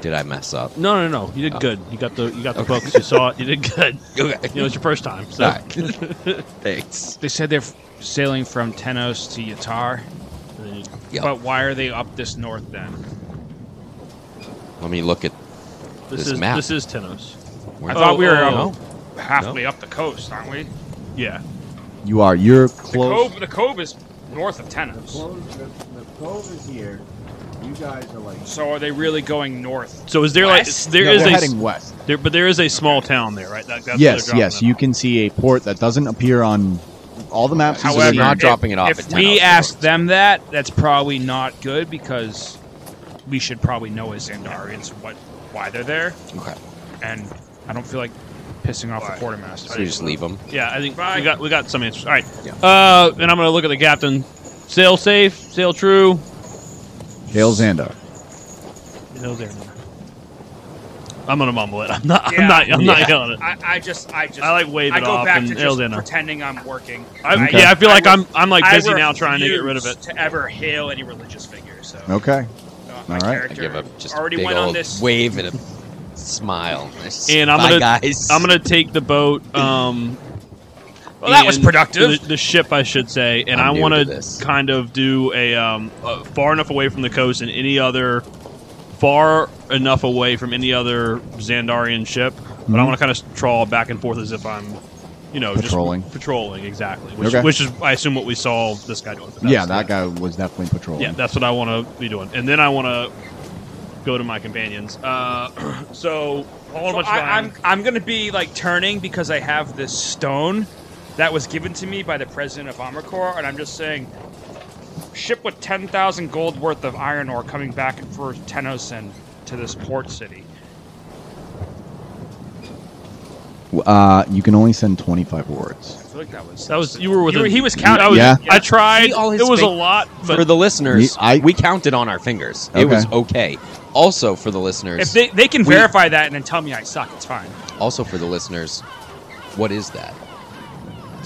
Did I mess up? No, no, no, you did Oh. good. You got the you got the Okay. books, you saw it, you did good. Okay. You know, it's your first time, so. All right. Thanks. They said they're f- sailing from Tenos to Yatar, And then you- Yep. but why are they up this north then? Let me look at. This, This is map. this is Tenos. Where I thought we were oh, um, halfway up the coast, aren't we? Yeah. You are. You're The close. cove, the cove is north of Tenos. clove, the, clove is here. You guys are like. So are they really going north? So is there West? like there No, is they're a s- heading west. there, but there is a small town there, right? That, that's where yes, they're yes. dropping it You off. can see a port that doesn't appear on all the maps. However, However, not dropping it off If at we Tenos. ask them that, that's probably not good because we should probably know as Andarians what why they're there, Okay. and I don't feel like pissing off the quartermaster. So we just leave them. Yeah, I think Bye. we got we got some answers. All right. Yeah. Uh, and I'm gonna look at the captain. Sail safe, sail true. Hail Xandar. No, there. I'm gonna mumble it. I'm not. Yeah. I'm not. I'm Yeah. not yelling it. I, I just, I just, I like wave I it go off back and to just it'll dinner. pretending I'm working. I, Okay. Yeah, I feel like I I'm. I'm like I busy now trying to get rid of refuse it. To ever hail any religious figure, so Okay. not my All right. I I character. give up. Just already big went old on this. wave and a smile. And I'm Bye, gonna- guys. I'm gonna take the boat. Um, Well, that was and productive. The, the ship, I should say, and I'm I new want to this. to kind of do a um, uh, far enough away from the coast and any other far enough away from any other Xandarian ship. But I Mhm. want to kind of trawl back and forth as if I'm, you know, Patrolling. just patrolling exactly. Which, Okay. which is, I assume, what we saw this guy doing. but that's- yeah, that guy was definitely patrolling. Yeah, that's what I want to be doing, and then I want to go to my companions. Uh, so hold So much I, time. I'm, I'm gonna be like turning because I have this stone that was given to me by the president of Amarkor, and I'm just saying, ship with ten thousand gold worth of iron ore coming back for Tenosin to this port city. Uh, you can only send 25 words. I feel like that was That was you were with. You were- a- he was counting. I was- Yeah. I tried. See, all his It was a fake- lot, but for the listeners, Me- I- we counted on our fingers. Okay. It was okay. Also for the listeners, If they they can We- verify that and then tell me I suck, it's fine. also for the listeners, what is that?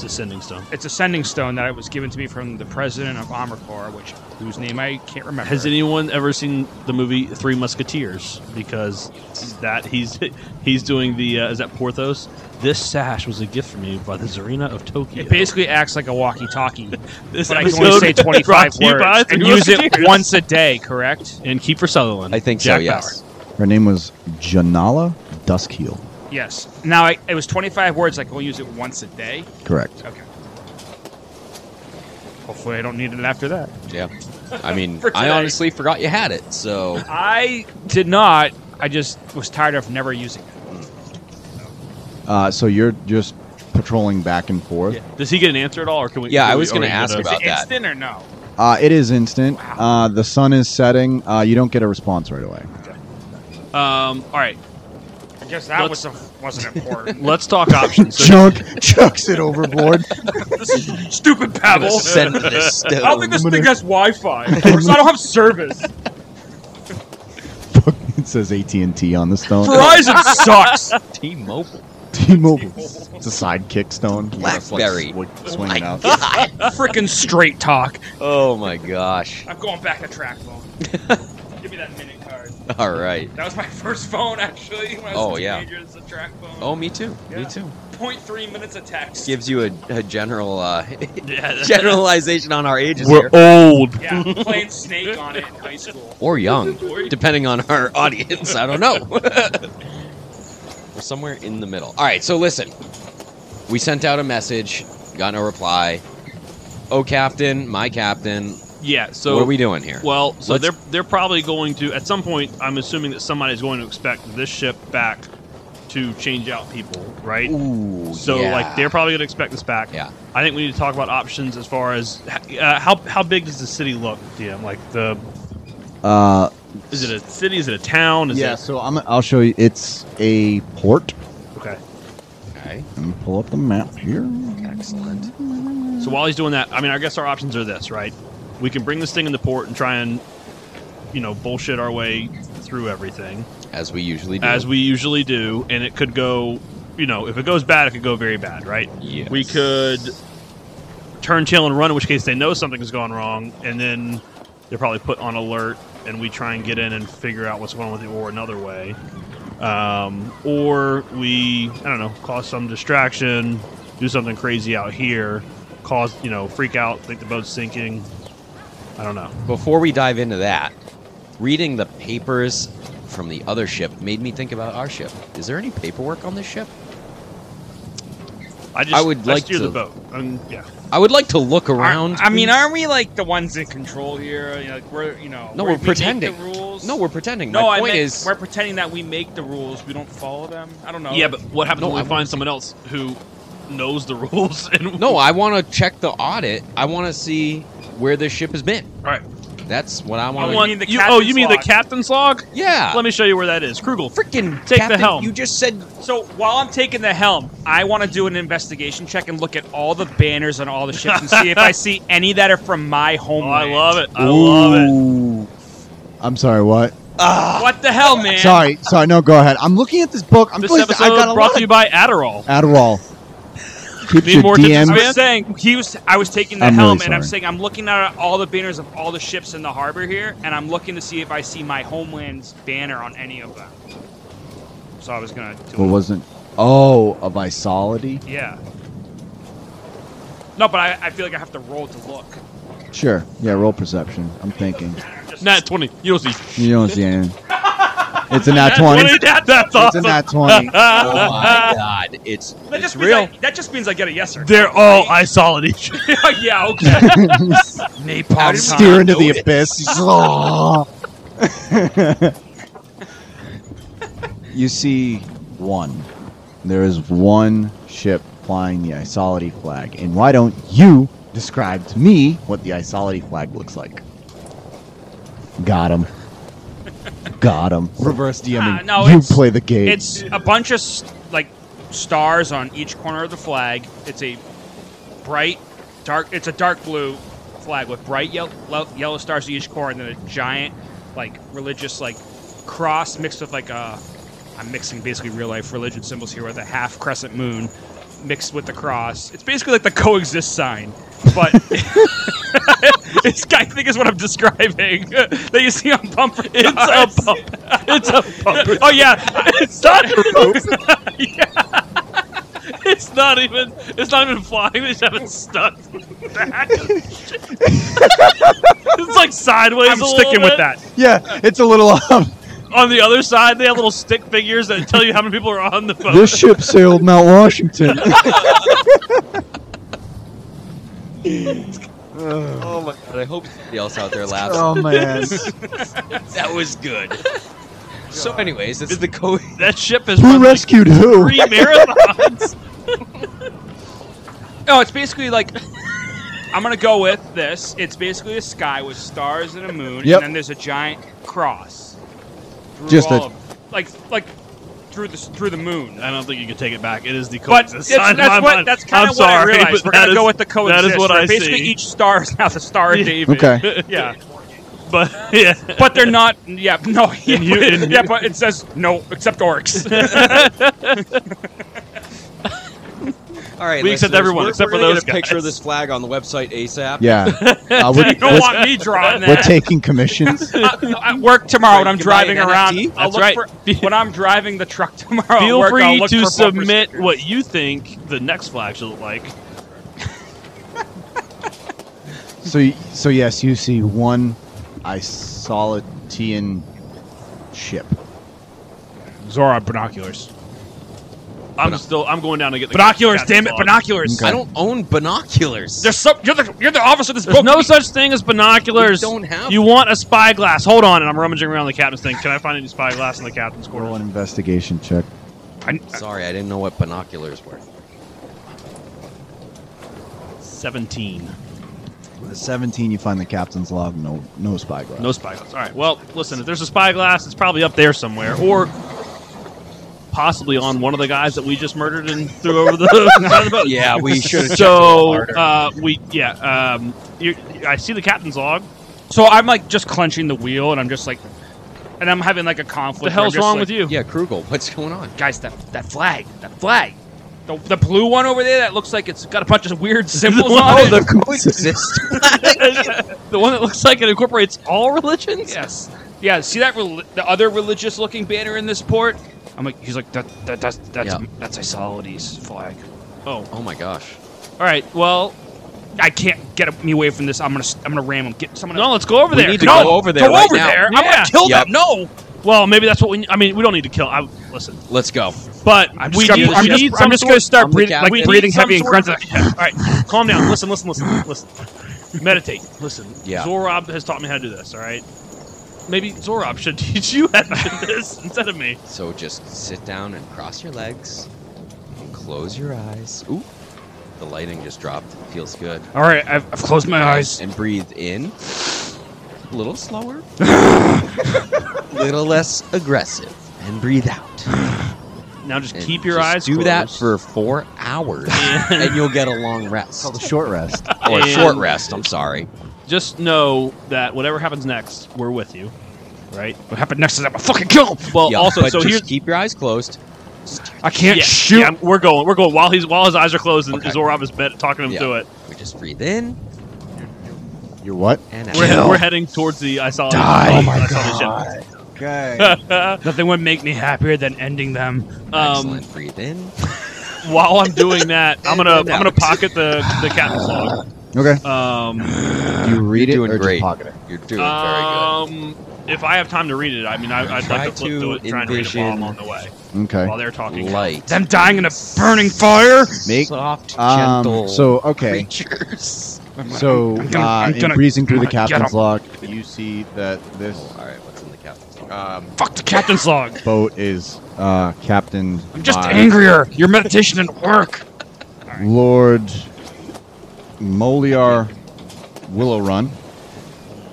it's a sending stone. It's a sending stone that was given to me from the president of Amarkor, which whose name I can't remember. Has anyone ever seen the movie Three Musketeers? Because that he's he's doing the uh, is that Porthos? This sash was a gift from you by the Tsarina of Tokyo. It basically acts like a walkie-talkie, this but I can only episode say 25 brought to you words by and Three use it Musketeers. once a day, correct? And Keeper Sutherland. I think Jack so. Yes. Her name was Janala Duskheel. Yes. Now, I, it was 25 words. I can only use it once a day. Correct. Okay. Hopefully, I don't need it after that. Yeah. I mean, For I today. honestly forgot you had it. So I did not. I just was tired of never using it. Uh, so you're just patrolling back and forth. Bauer. Does he get an answer at all, or can we? Yeah, can I we- was or gonna we can ask get a- about- Is it that. instant or no? Uh, it is instant. Wow. Uh, the sun is setting. Uh, you don't get a response right away. Um, all right, I guess that Let's- was a, wasn't important. let's talk options. So Chunk chucks it overboard. Stupid Pavel. send this stone. I don't think this I'm gonna- thing has Wi-Fi. Of course, I don't have service. it says AT and T on the stone. Verizon sucks. T-Mobile. T-Mobile. It's a sidekick stone. You gotta, like, Blackberry. swi- Oh swing it out. Freaking straight talk. Oh my gosh! I'm going back to track phone. Give me that minute card. All right. That was my first phone, actually. When I was Oh, a yeah. teenager, it's a track phone. Oh, me too. Me Yeah. too. 0.3 minutes of text. Gives you a, a general uh, yeah, that's- generalization on our ages We're here, old. yeah, playing Snake on it in high school. or young, depending on our audience. I don't know. We're somewhere in the middle. All right. So listen, we sent out a message, got no reply. Oh, captain, my captain. Yeah. So what are we doing here? oh, Well, so Let's- they're they're probably going to at some point. I'm assuming that somebody's going to expect this ship back to change out people, right? Ooh, So yeah. like they're probably going to expect this back. Yeah. I think we need to talk about options as far as uh, how how big does the city look, DM? Like the Uh, is it a city? Is it a town? Is yeah, so I'm, I'll show you. It's a port. it okay? okay. Let me pull up the map here. Excellent. So while he's doing that, I mean, I guess our options are this, right? We can bring this thing in the port and try and you know bullshit our way through everything As we usually do. as we usually do, and it could go, you know, if it goes bad, it could go very bad, right? Yes. We could turn tail and run, in which case they know something's gone wrong, and then they're probably put on alert, and we try and get in and figure out what's going on with it, or another way. Um, or we, I don't know, cause some distraction, do something crazy out here, cause, you know, freak out, think the boat's sinking. I don't know. Before we dive into that, reading the papers from the other ship made me think about our ship. Is there any paperwork on this ship? I just I would like steer the to- boat. Um, yeah. I would like to look around. Aren't- I mean, aren't we like the ones in control here? You know, like, we're you know No, we're- we're we make pretending. the rules. no, we're pretending. no. My I point meant is, we're pretending that we make the rules. We don't follow them. I don't know. Yeah, but what happens No, when I- we find someone else who knows the rules? And no, I want to check the audit. I want to see where this ship has been. all right. That's what I I want. want- to mean the you, oh, you captain's mean log. the captain's log? Yeah. Let me show you where that is. Krugel, freaking Take the Captain, helm. You just said So while I'm taking the helm, I want to do an investigation check and look at all the banners on all the ships and see if I see any that are from my Oh, I homeland. love it. I love it. Ooh. I'm sorry, what? What the hell, man? Sorry, sorry, no, go ahead. I'm looking at this book. I'm This really- episode I got a brought lot to you by Adderall. of Adderall. Keeps Need your more tips, I DM. man? was saying he was. I was taking the I'm helm, really and I'm sorry. saying I'm looking at all the banners of all the ships in the harbor here, and I'm looking to see if I see my homeland's banner on any of them. So I was gonna do. What it. wasn't? Oh, a visolity. Yeah. No, but I, I feel like I have to roll to look. Sure. Yeah, roll perception. I'm thinking. Just- Nat 20. You don't see. You don't see anything. It's a nat twenty. Nat- that's It's a awesome. nat twenty. Oh my god, it's that it's just real. Means I, that just means I get a yes or no. They're all isolated. yeah. Okay. How did Napalm. time. Steer into the Noted. abyss. He's just, "Oh." you see one. There is one ship flying the Isolity flag, and why don't you describe to me what the Isolity flag looks like? Got him. Got him. Reverse DMing. Ah, no, you it's- play the game. It's a bunch of s- like stars on each corner of the flag. It's a bright, dark. It's a dark blue flag with bright yellow, yellow stars at each corner, and then a giant, like religious, like cross mixed with like a. I'm mixing basically real life religion symbols here with a half crescent moon mixed with the cross. It's basically like the coexist sign, but it's I think is what I'm describing that you see on bumper. cars. it's a bump. It's a bump. Oh yeah, It's not Yeah. It's not even. It's not even flying. They just have it stuck back. it's like sideways. I'm a little sticking bit. with that. yeah, it's a little um, up. On the other side, they have little stick figures that tell you how many people are on the boat. this ship sailed Mount Washington. Oh my god, I hope somebody else out there laughs. oh man. That was good. So, anyways, it's the co. That ship has Who run like rescued who? three marathons. No, it's basically like I'm gonna go with this. It's basically a sky with stars and a moon, Yep. and then there's a giant cross. Through Just all a- of, like like through the s- through the moon. I don't think you can take it back. It is the But coexist. it's, sign in my that's what mind. that's kind I'm of what I sorry, realized. but We're that gonna is- go with the coexist. That is what where I basically see. each star is now the star of David. Okay. Yeah, but yeah, but they're not. Yeah, no. Yeah, And you- but, and yeah, you- but it says no except orcs. All right, We accept listeners, everyone we're- except we're for gonna those get a picture of guys. this flag on the website ASAP. Yeah. Uh, you we're, don't want me drawing we're that. taking commissions. I, I work tomorrow Right, when I'm you can buy driving an around. NFT? I'll That's look right. for, when I'm driving the truck tomorrow. at feel work, I'll free look to for bumper submit stickers. what you think the next flag should look like. So, y- so yes, you see one Isolatian ship. Zora binoculars. I'm Bino- still. I'm going down to get the Binoculars, captain's damn it, log. binoculars. Okay. I don't own binoculars. There's some. You're the you're the officer of this There's book. no such thing as binoculars. We don't have You want a spyglass? Hold on, and I'm rummaging around the captain's thing. Can I find any spyglass in the captain's quarters? Roll an investigation check. I, Sorry, I didn't know what binoculars were. 17. With a 17, you find the captain's log. No, no spyglass. No spyglass. All right. Well, listen, if there's a spyglass, it's probably up there somewhere, or possibly on one of the guys that we just murdered and threw over the side of the boat. Yeah, we should. So uh, we, yeah, um, you I see the captain's log. so I'm like just clenching the wheel, and I'm just like, and I'm having like a conflict. What the hell's wrong with you? Yeah, Krugel, what's going on? guys? That that flag, that flag, the, the blue one over there that looks like it's got a bunch of weird symbols Oh, on it. Exist. The one that looks like it incorporates all religions? Yes. Yeah. See that rel- the other religious-looking banner in this port? I'm like, he's like, that, that that's that's Yeah. that's Isolides' flag. Oh, Oh my gosh. All right, well, I can't get me away from this. I'm gonna I'm gonna ram him. Get someone. no, let's go over We there. need to No, go over there Go right over now. there. I'm Yeah. gonna kill Yep. them. No. Well, maybe that's what we. I mean, we don't need to kill. I listen, Let's go. but I'm we just, gonna, need. I'm we just, need I'm some just sort- gonna start I'm the breathing, like captain. we need breathing some heavy and sort of- grunting. All right, calm down. Listen, listen, listen, listen. Meditate. Listen. Yeah. Zorob has taught me how to do this. All right. Maybe Zorob should teach you how to do this instead of me. So just sit down and cross your legs and close your eyes. Ooh. The lighting just dropped. Feels good. All right, I've, I've closed my eyes. And breathe in. A little slower. little less aggressive. And breathe out. Now just And keep your just eyes. Do closed. that for four hours, And- and you'll get a long rest Called a short rest. or a And- short rest. I'm sorry. Just know that whatever happens next, we're with you. Right. What happened next is I'm gonna fucking kill him. Well, Yeah, also, but so just here's keep your eyes closed. I can't yeah, shoot. yeah, I'm- we're going. We're going while he's while his eyes are closed and Okay. Zorob is bed, talking him Yeah. through it. We just breathe in You're what? and We're, out. we're heading towards the I saw. Die. Oh my god. Okay. uh, Nothing would make me happier than ending them. um, Excellent. Breathe in. while I'm doing that, I'm gonna I'm And out. gonna pocket the the captain's log. okay. Um, Do you read You're it doing or great. just pocket it? You're doing um, if I have time to read it, I mean, I, I'd Try like to flip to through it, try and read it while envision- I'm on the way Okay. while they're very talking. good. Light, Them dying in a burning fire. Make- soft, gentle Um, so okay. creatures. So I'm gonna- uh, I'm in gonna- breezing through I'm the gonna get captain's 'em. log, you see that this Oh, all right, what's in the captain's log? Uh, um, Fuck the captain's log. boat is uh, captained I'm just by angrier. Your meditation didn't work. Lord Moliar Willow Run.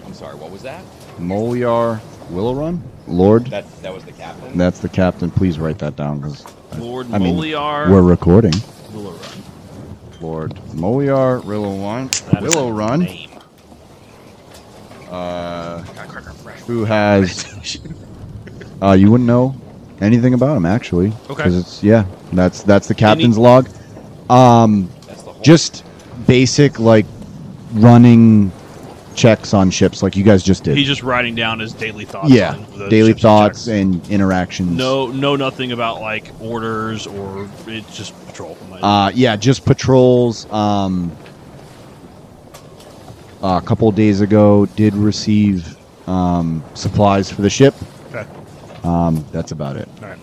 I'm sorry, what was that? Moliar Willow Run. Lord, That that was the captain. that's the captain. Please write that down because Lord I mean, Moliar we're recording. Willerun. Lord Moliar Willow Run. That is Willow a Run. name. Uh, God, cracker, fresh. who has? Uh, you wouldn't know anything about him actually. Okay. Because it's yeah, that's that's the captain's log. Um, That's the whole. just basic like running checks on ships, like you guys just did. He's just writing down his daily thoughts. yeah, on the daily ships he thoughts checks. and interactions. no, no, nothing about like orders or it's just patrol. Oh Uh, yeah, just patrols. Um, uh, a couple days ago, did receive um, supplies for the ship. okay. Um, that's about it. All right.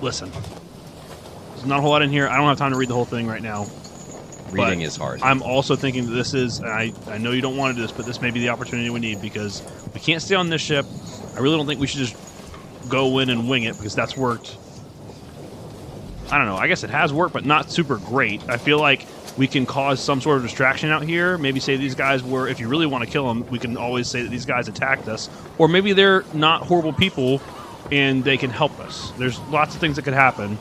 Listen, there's not a whole lot in here. I don't have time to read the whole thing right now. reading but is hard. I'm also thinking that this is, and I, I know you don't want to do this, but this may be the opportunity we need because we can't stay on this ship. I really don't think we should just go in and wing it because that's worked. I don't know. I guess it has worked, but not super great. I feel like we can cause some sort of distraction out here. Maybe say these guys were, if you really want to kill them, we can always say that these guys attacked us. Or maybe they're not horrible people and they can help us. There's lots of things that could happen.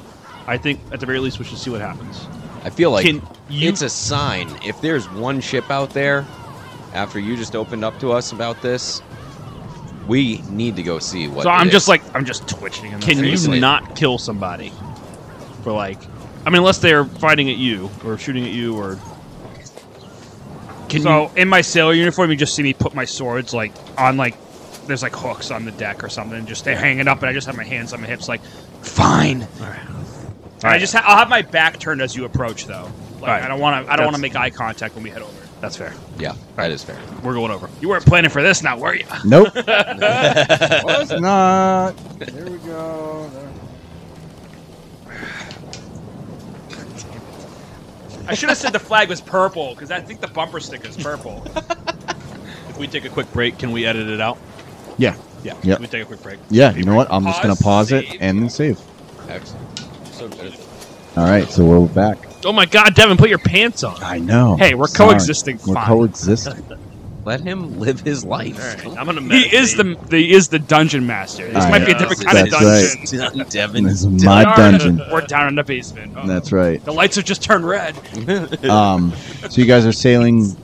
I think at the very least we should see what happens. I feel like can you- it's a sign. If there's one ship out there, after you just opened up to us about this, we need to go see what. So I'm it just is. like I'm just twitching. In the Can face. you Seriously. not kill somebody for like? I mean, unless they're fighting at you or shooting at you or. Can so in my sailor uniform, you just see me put my swords like on like there's like hooks on the deck or something. Just they're hanging up, and I just have my hands on my hips, like fine. And I just ha- I'll have my back turned as you approach, though. Like Alright. I don't want to I don't That's- want to make eye contact when we head over. you? That's fair. yeah, that is fair. We're going over. You weren't planning for this, now were you? Nope. Was not. There we go. I should have said the flag was purple because I think the bumper sticker is purple. If we take a quick break, can we edit it out? Yeah. Yeah. Yep. Can we take a quick break? Yeah. You know what? I'm just gonna Pause, pause it save. and then save. Excellent. So good. All right, so we're back. Oh my God, Devin, put your pants on. I know. Hey, we're Sorry. coexisting We're fine. coexisting. Let him live his life. All right, I'm gonna. he is the, he is the dungeon master. This All might right. be a different Yes, kind of that's dungeon. Done, Devin. this is my dungeon. We're down in the basement. Oh. That's right. The lights have just turned red. Um, so you guys are sailing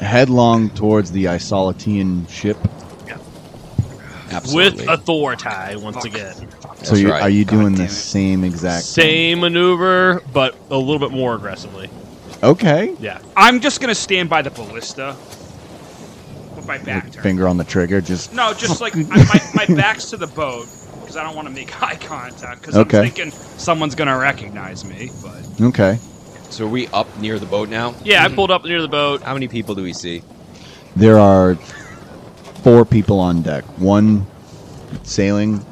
headlong towards the Isolatian ship. Absolutely. with authority once again. so That's you, right. are you doing the damn it. same exact? Same maneuver, but a little bit more aggressively. Okay. Yeah. I'm just gonna stand by the ballista with my back turned. Finger on the trigger. Just No, just like I, my, my back's to the boat because I don't want to make eye contact because Okay. I'm thinking someone's gonna recognize me. But okay. so are we up near the boat now? Yeah, I pulled up near the boat. How many people do we see? There are four people on deck. One sailing.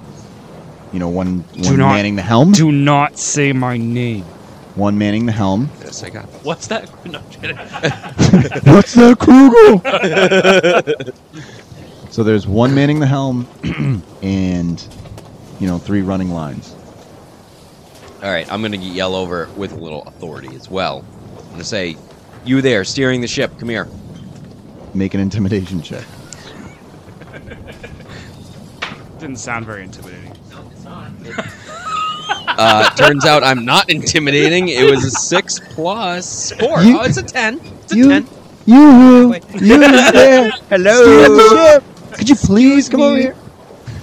You know, one, one not- manning the helm. do not say my name. One manning the helm. Yes, I got. What's that? No, I'm kidding. What's that, Kruger? so there's one manning the helm, and you know, three running lines. All right, I'm gonna yell over with a little authority as well. I'm gonna say, "You there, steering the ship? Come here." Make an intimidation check. Didn't sound very intimidating. Uh, turns out I'm not intimidating. It was a six plus four. You- oh, it's a ten. It's a you- ten. You, Wait. you there? Hello. Could you please come over here?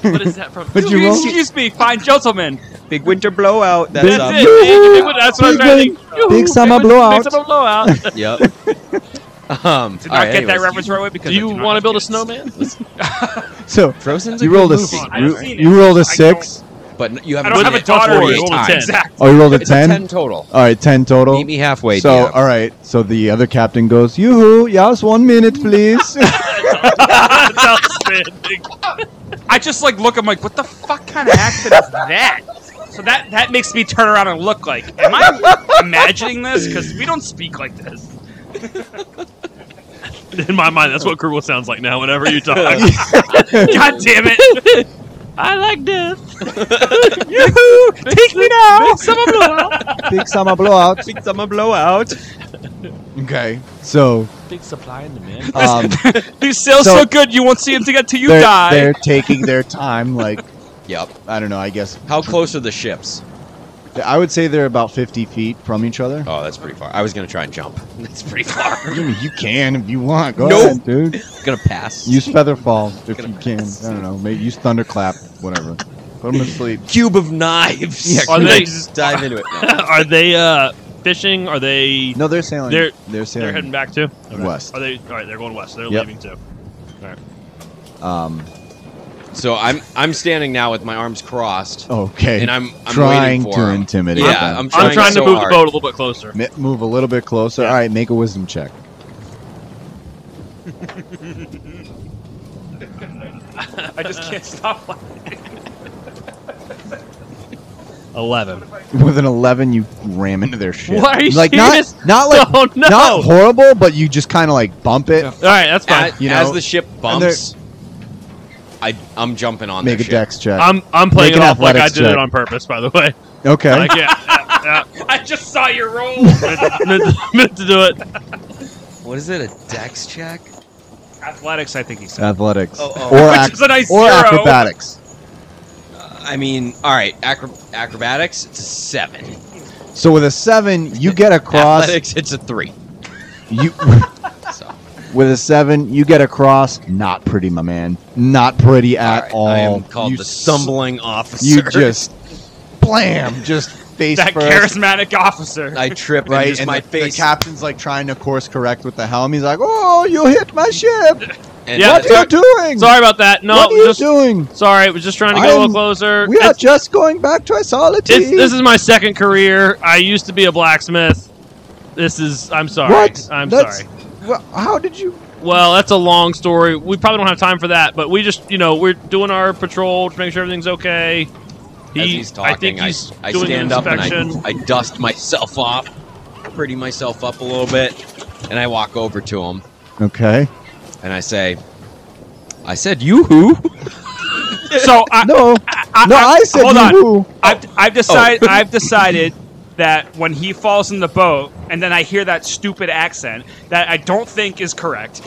What is that from? Would you roll? Excuse me, fine gentlemen. Big winter blowout. That's, Big- up. That's it. man. That's what I'm Big trying to win- think. big summer Big blowout. summer blowout. Yep. Um, Did all right, not get that anyways, reference you- right away because I Do you do not want to have build a kids. snowman? So Frozen's a you good rolled a movie, s- on, I've you, seen it. you rolled a I don't- six. but n- you I haven't don't have played a it daughter. 48 roll a times. 10. Exactly. Oh, you rolled a It's a ten ten. total. All right, ten total. Meet me halfway. so DM. all right. So the other captain goes, "Yoo-hoo, yes, one minute, please." That's outstanding. I just like look. I'm like, what the fuck kind of accident is that? So that that makes me turn around and look like, am I imagining this? Because we don't speak like this. In my mind, that's what Grubel sounds like now. Whenever you talk, God damn it! I like this. Yoo-hoo, take me now. Big summer blowout. Big summer blowout. Big summer blowout. Okay. So Big supply and demand. um, These sales So- so, good, you won't see them to get to you they're, die. they're taking their time. Like Yep. I don't know. I guess How close are the ships? I would say they're about fifty feet from each other. Oh, that's pretty far. I was gonna try and jump. That's pretty far. I mean, you can if you want. Go Nope. ahead, dude. gonna pass. Use feather fall if Gonna you can. pass. I don't know. Maybe use thunderclap, whatever. Put them to sleep. cube of knives. Yeah, Are Can I they- just dive into it. No. Are they uh, fishing? Are they? No, they're sailing. They're- sailing. They're heading back too. West. Are they? All right, they're going west. They're Yep. leaving too. Um, So I'm I'm standing now with my arms crossed, okay. and I'm I'm trying waiting for to 'em. intimidate. Yeah, them. I'm trying, I'm trying so to move hard. the boat a little bit closer. Mi- Move a little bit closer. All right, make a wisdom check. I just can't stop laughing. Eleven. With an eleven, you ram into their ship. What, are you like serious? not not like oh no! not horrible, but you just kind of like bump it. Yeah. all right, that's fine. As, You as know, the ship and they're- bumps, I I'm jumping on Make a their ship. dex check. I'm I'm playing Make it an off like I athletics did check. it on purpose. By the way, okay. like yeah, I just saw your roll. meant, to, meant to do it. What is it? A dex check? Athletics, I think he said. Athletics Oh, oh. or Which ac- is a nice or zero. acrobatics. I mean, all right, acro- acrobatics. It's a seven. So with a seven, you get across. Athletics. It's a three. You So with a seven, you get across. Not pretty, my man. Not pretty all at right, all. I am called you the s- stumbling officer. You just blam, just face That first, charismatic officer. I trip and right? just and my the, the face. captain's like trying to course correct with the helm. He's like, "Oh, you hit my ship! and Yeah, what that's- are you doing? Sorry about that. No, what are you just doing? sorry. Was just trying to get a I'm- little closer. We are It's- just going back to isolity. it's- this is my second career. I used to be a blacksmith. This is. I'm sorry. What? I'm That's- sorry. Well, how did you? Well, that's a long story. We probably don't have time for that, but we just, you know, we're doing our patrol to make sure everything's okay. He, As he's talking, I think he's I doing stand an up and inspection. I, I dust myself off, pretty myself up a little bit, and I walk over to him Okay. and I say, "I said yoo-hoo. so I, No. I, No, I- I said hold on. yoo-hoo. I've, I've decided I've decided that when he falls in the boat and then I hear that stupid accent that I don't think is correct.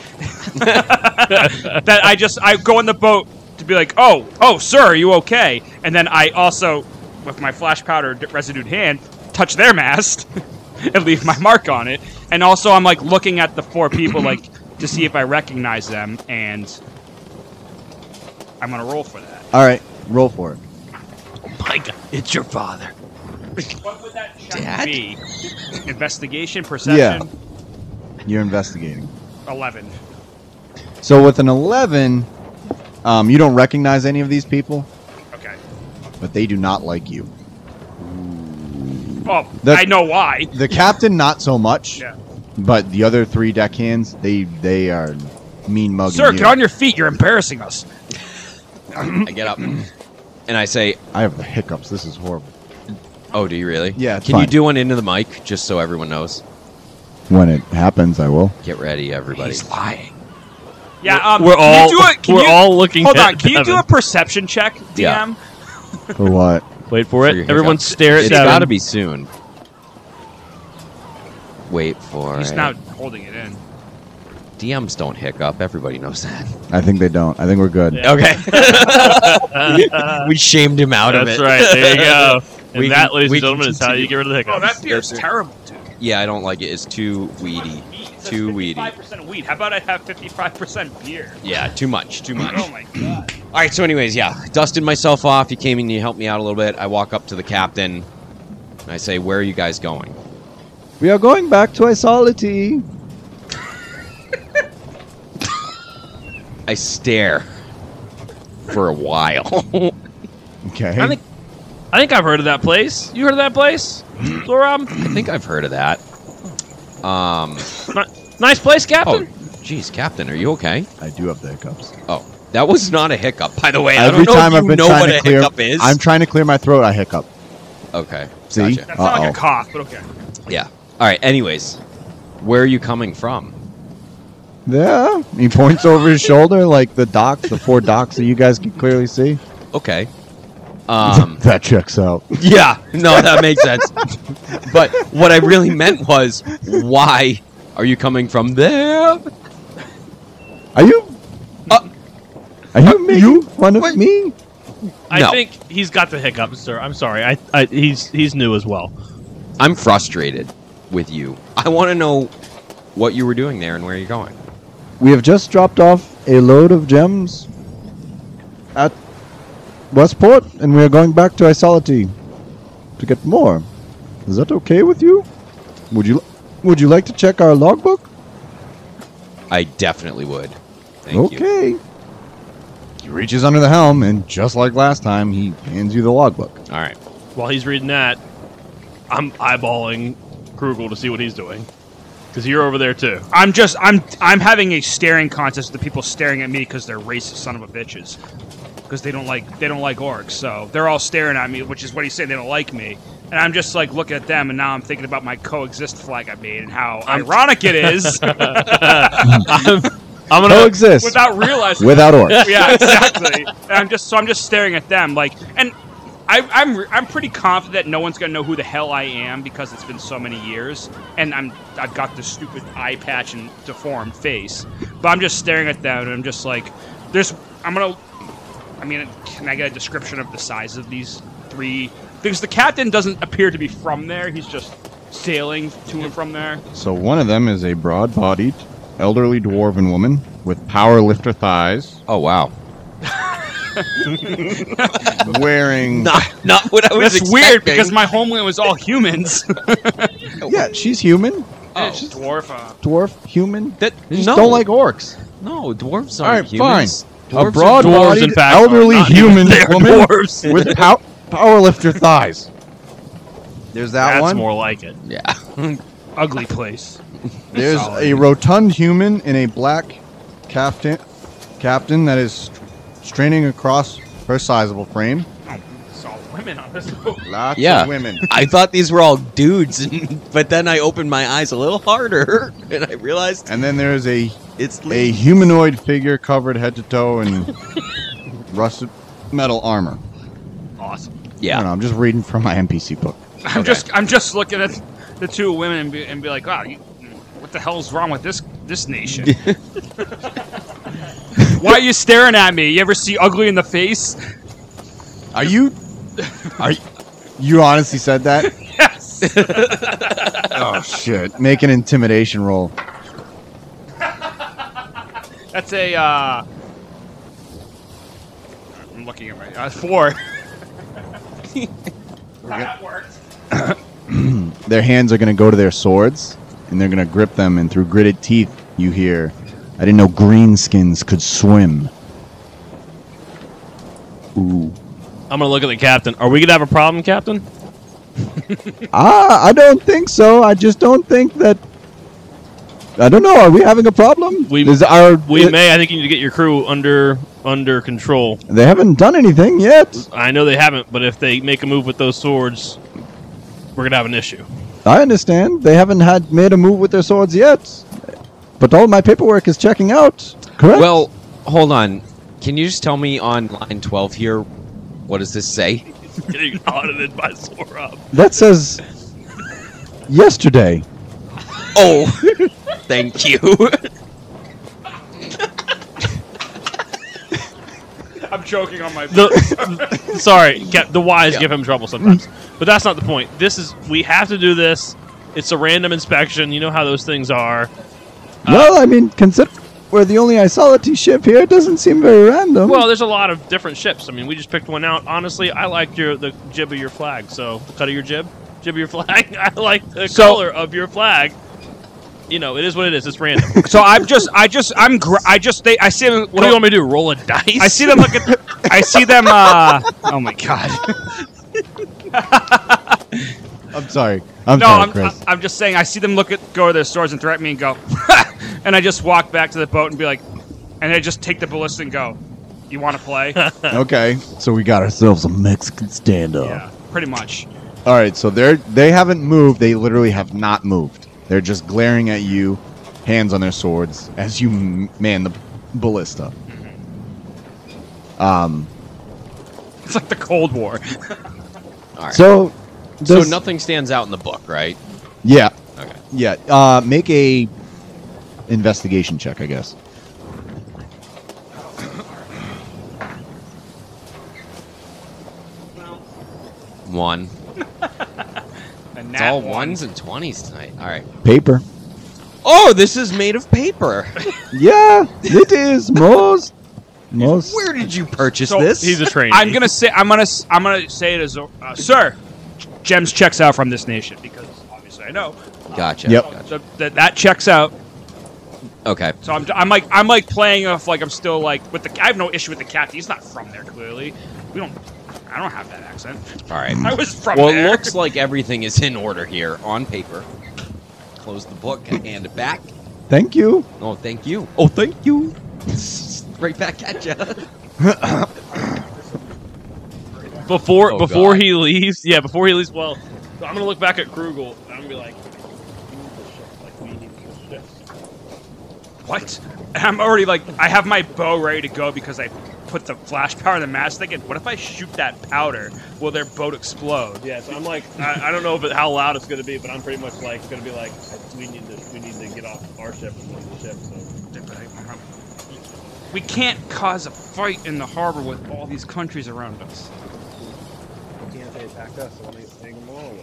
that I just I go in the boat to be like, "Oh, oh, sir, are you okay?" And then I also with my flash powder d- residued hand touch their mast and leave my mark on it. And also I'm like looking at the four people like to see if I recognize them and I'm going to roll for that. All right, roll for it. My God, it's your father. What would that check Dad? be? Investigation, perception, You're investigating. eleven. So with an 11, um, you don't recognize any of these people, Okay. but they do not like you. Well, That- Oh, I know why. The captain, not so much. Yeah. But the other three deckhands, they they are mean mugging Sir, you. get on your feet. You're embarrassing us. I get up and I say, I have the hiccups. This is horrible. "Oh, do you really? Yeah, it's Can you fine. do one into the mic just so everyone knows? When it happens, I will. Get ready, everybody. lying. Yeah. Um. we're can all You do it, can we're you, all looking. Hold at on. Can you do Devin. a perception check, DM? Yeah. For what? Wait for For your it. Everyone hiccups. stare at It's Devin. got to be soon. Wait for He's it. now holding it in. DMs don't hiccup. Everybody knows that. I think they don't. I think we're good. Yeah. Okay. we shamed him out That's of it. right. There you go. And We that, can- ladies we and can gentlemen, is how you continue. get rid of the Oh, hiccups. that beer's Yes, sir. terrible, dude. Yeah, I don't like it. It's too weedy. Too weedy. Five percent weed. How about I have fifty-five percent beer? Yeah, too much. Too much. Oh my god. All right. So, anyways, yeah, dusted myself off. He came in. He helped me out a little bit. I walk up to the captain. And I say, "Where are you guys going?" We are going back to Isolity. I stare for a while. Okay. I think I think I've heard of that place. You heard of that place, Zoram? I think I've heard of that. Um. Nice place, Oh, Captain. jeez, Captain, are you okay? I do have the hiccups. Oh, that was not a hiccup, by the way. I Every don't know time if I've you been know trying what to a clear, hiccup is. I'm trying to clear my throat. I hiccup. okay. See? Gotcha. That sounds like Uh-oh. a cough, but okay. Yeah. All right. Anyways, where are you coming from? Yeah. He points over his shoulder, like the docks, the four docks that you guys can clearly see. Okay. Um. that checks out. yeah. No, that makes sense. But what I really meant was, why are you coming from there? Are you? Uh, are Uh, you making fun of me? I no. think he's got the hiccups, sir. I'm sorry. I, I he's he's new as well. I'm frustrated with you. I want to know what you were doing there and where you're going. We have just dropped off a load of gems at Westport, and we are going back to Isolity to get more. Is that okay with you? Would you Would you like to check our logbook? I definitely would. Thank you. okay. He reaches under the helm, and just like last time, he hands you the logbook. All right. While he's reading that, I'm eyeballing Krugel to see what he's doing because you're over there too. I'm just I'm I'm having a staring contest with the people staring at me because they're racist son of a bitches. Because they don't like they don't like orcs, so they're all staring at me, which is what he's saying they don't like me. And I'm just like looking at them, and now I'm thinking about my coexist flag I made and how ironic it is I'm, I'm gonna. Coexist without realizing. without orcs. yeah, exactly. And I'm just so I'm just staring at them like, and I, I'm re- I'm pretty confident that no one's gonna know who the hell I am because it's been so many years, and I'm I've got this stupid eye patch and deformed face, but I'm just staring at them and I'm just like, there's I'm gonna, I mean, can I get a description of the size of these three? Because the captain doesn't appear to be from there; he's just sailing to and from there. So one of them is a broad-bodied, elderly dwarven woman with power lifter thighs, Oh wow. wearing. Not not what I was That's weird because my homeland was all humans. Yeah, she's human, Oh. oh. She's dwarf. uh, dwarf, human. that They just no don't like orcs. no dwarves All aren't right, humans. fine. Dwarves a broad are- dwarves, in fact, elderly are not human They're woman dwarves. with pow- power lifter thighs. There's that That's one. more like it. yeah. ugly place. There's solid. a rotund human in a black captain captain that is straining across her sizable frame. Oh, it's all women on this boat. Lots Yeah. of women. I thought these were all dudes, but then I opened my eyes a little harder and I realized And then there's a it's a humanoid figure covered head to toe in rusted metal armor. I don't Yeah. know. I'm just reading from my NPC book. I'm Okay. just I'm just looking at the two women and be, and be like, wow, you, what the hell's wrong with this this nation? Why are you staring at me? You ever see ugly in the face? Are you? Are you, you honestly said that? Yes. oh shit! Make an intimidation roll. That's a. Uh, I'm looking at my uh, four. that worked. Their hands are going to go to their swords, and they're going to grip them. And through gritted teeth, you hear, "I didn't know greenskins could swim." Ooh. I'm gonna look at the captain. Are we gonna have a problem, Captain? Ah, I don't think so. I just don't think that. I don't know. Are we having a problem? We- Is our We it- may. I think you need to get your crew under under control. they haven't done anything yet. I know they haven't, but if they make a move with those swords, we're gonna have an issue. I understand they haven't had made a move with their swords yet, but all my paperwork is checking out. Correct. Well, hold on. Can you just tell me on line 12 here, what does this say? Getting audited by Zorob. that says yesterday. Oh, thank you. I'm choking on my. The, sorry, Cap, the wise Yeah. give him trouble sometimes, but that's not the point. This is we have to do this. It's a random inspection. You know how those things are. well, I mean, consider we're the only isolity ship here. It doesn't seem very random. Well, there's a lot of different ships. I mean, we just picked one out. Honestly, I liked your the jib of your flag. So the cut of your jib, jib of your flag. I like the So- color of your flag. You know, it is what it is. It's random. what so I'm just I just I'm gr- I just they I see them. do you want me to do? Roll a dice? Oh. I see them look at. I see them. Uh, oh my god. I'm sorry. I'm no, sorry, I'm, Chris. I'm just saying. I see them look at go to their swords and threaten me and go, and I just walk back to the boat and be like, and I just take the ballista and go, "You want to play?" okay, so we got ourselves a Mexican standoff. yeah, pretty much. All right, so they're they haven't moved. They literally have not moved. They're just glaring at you, hands on their swords as you m- man the ballista. Um. It's like the Cold War. All right. So, So, does- nothing stands out in the book, right? Yeah, Okay. yeah. Uh, make a investigation check, I guess. One. And It's all ones and twenties tonight. All right. Paper. Oh, this is made of paper. Yeah, it is most most. Where did you purchase So, this? He's a trainee. I'm gonna say. I'm gonna. s- I'm gonna say it as, a- uh, sir. Gems checks out from this nation because obviously I know Gotcha. Yep. gotcha. so that that checks out. Okay. So I'm, I'm like I'm like playing off like I'm still like with the I have no issue with the captain. He's not from there clearly. We don't. I don't have that accent. All right. I was from Well, there. it looks like everything is in order here on paper. Close the book. I hand it back. Thank you. Oh, thank you. Oh, thank you. right back at you. before Oh, before God. he leaves. Yeah, before he leaves. Well, so I'm gonna look back at Krugel and I'm gonna be like, like we need this. what? And I'm already like I have my bow ready to go because I put the flash power in the mast. Thinking, what if I shoot that powder? Will their boat explode? Yeah, so I'm like, I, I don't know if it, how loud it's going to be, but I'm pretty much like going to be like, we need to we need to get off our ship and leave the ship. So We can't cause a fight in the harbor with all these countries around us. can't they attack us? So let's take them all.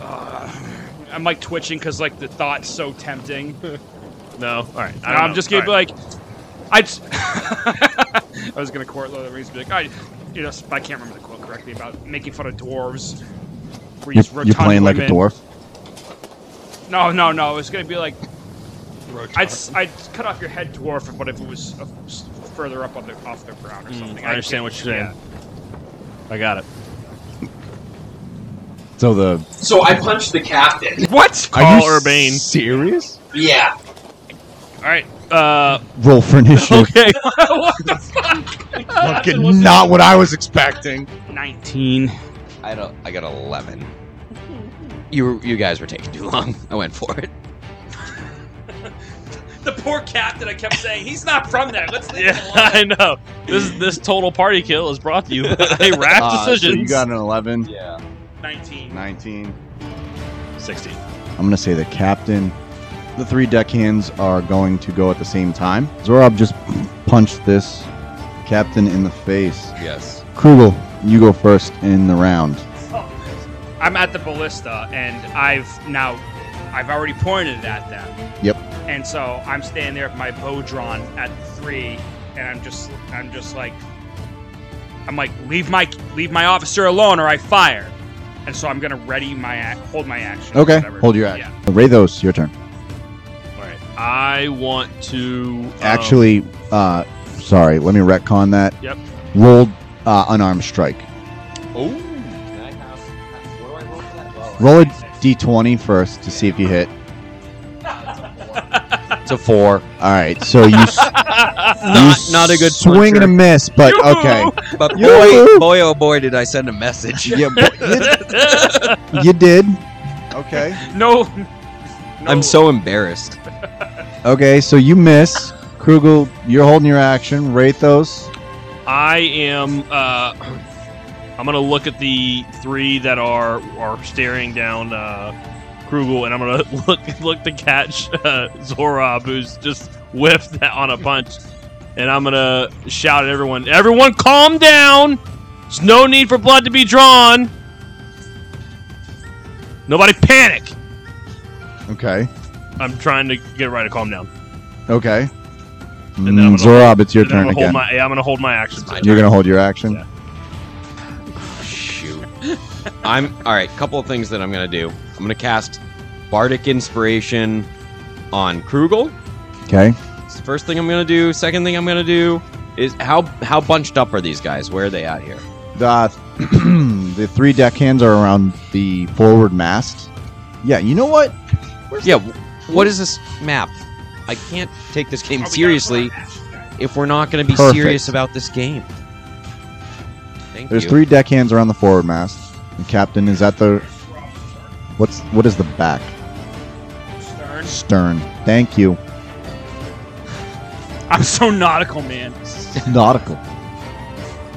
I'm like Uh, twitching because like the thought's so tempting. No, all right. I don't I'm know. just gonna All be right. like, I. Just I was gonna quote Lord of the Rings, be like, I, you know, I can't remember the quote correctly about making fun of dwarves. where You're, he's you're rotund playing like a women. dwarf. No, no, no. It was gonna be like, I'd, s- I'd cut off your head, dwarf, but if it was uh, s- further up on the off the ground or Hmm, Mm, something. I understand what you're saying. I got it. So the So I punched the captain. What? Carl you Urbane. serious? Yeah. All right. Uh, Roll for initiative. okay. what the Fucking not what I was expecting. f- Nineteen. I don't. I got eleven. You were, you guys were taking too long. I went for it. the poor captain. I kept saying he's not from there. Let's leave Yeah, him alone. I know. This this total party kill is brought to you by Rash Uh, so Decisions. you got an 11, Yeah. 19. 19. 16. I'm going to say the captain. The three deckhands are going to go at the same time. Zorob just punched this captain in the face. Yes. Krugel, you go first in the round. I'm at the ballista, and I've now, I've already pointed it at them. Yep. And so I'm standing there with my bow drawn at three, and I'm just, I'm just like, I'm like, leave my, leave my officer alone, or I fire. And so I'm gonna ready my, ac- hold my action. or Okay, whatever. hold your action. Rathos, your turn. All right. I want to um, Actually, uh, sorry, let me retcon that. Yep. Rolled uh, unarmed strike. Oh. Can I have? Where do I roll for that? Well, Roll a d20 first to see if you hit. It's a four. All right, so you, s- um, you Not, not a good swing and a puncher. miss, but okay. But Yoo-hoo. boy, boy, oh boy, did I send a message. Yeah, but you, you did. Okay. No. no. I'm so embarrassed. Okay, so you miss. Krugel, you're holding your action. Rathos. I am. Uh, I'm gonna look at the three that are are staring down uh, Krugel, and I'm gonna look look to catch uh, Zorob, who's just whiffed on a punch. And I'm gonna shout at everyone. Everyone, calm down. There's no need for blood to be drawn. Nobody panic. Okay. I'm trying to get right to calm down. Okay. then I'm gonna Mm, Zorob, it's your And I'm turn gonna hold again. my, yeah, I'm gonna hold my action. You're gonna hold your action. Yeah. Shoot. I'm all right. Couple of things that I'm gonna do. I'm gonna cast Bardic Inspiration on Krugel. Okay. It's the first thing I'm gonna do. Second thing I'm gonna do is how how bunched up are these guys? Where are they at here? The the three deckhands are around the forward mast. Yeah. You know what? Yeah. wh- What is this map? I can't take this game seriously if we're not gonna be Perfect. serious about this game. Thank There's you. three deckhands around the forward mast. The captain is at the. What's what is the back? Stern. Stern. Thank you. I'm so nautical, man. Nautical.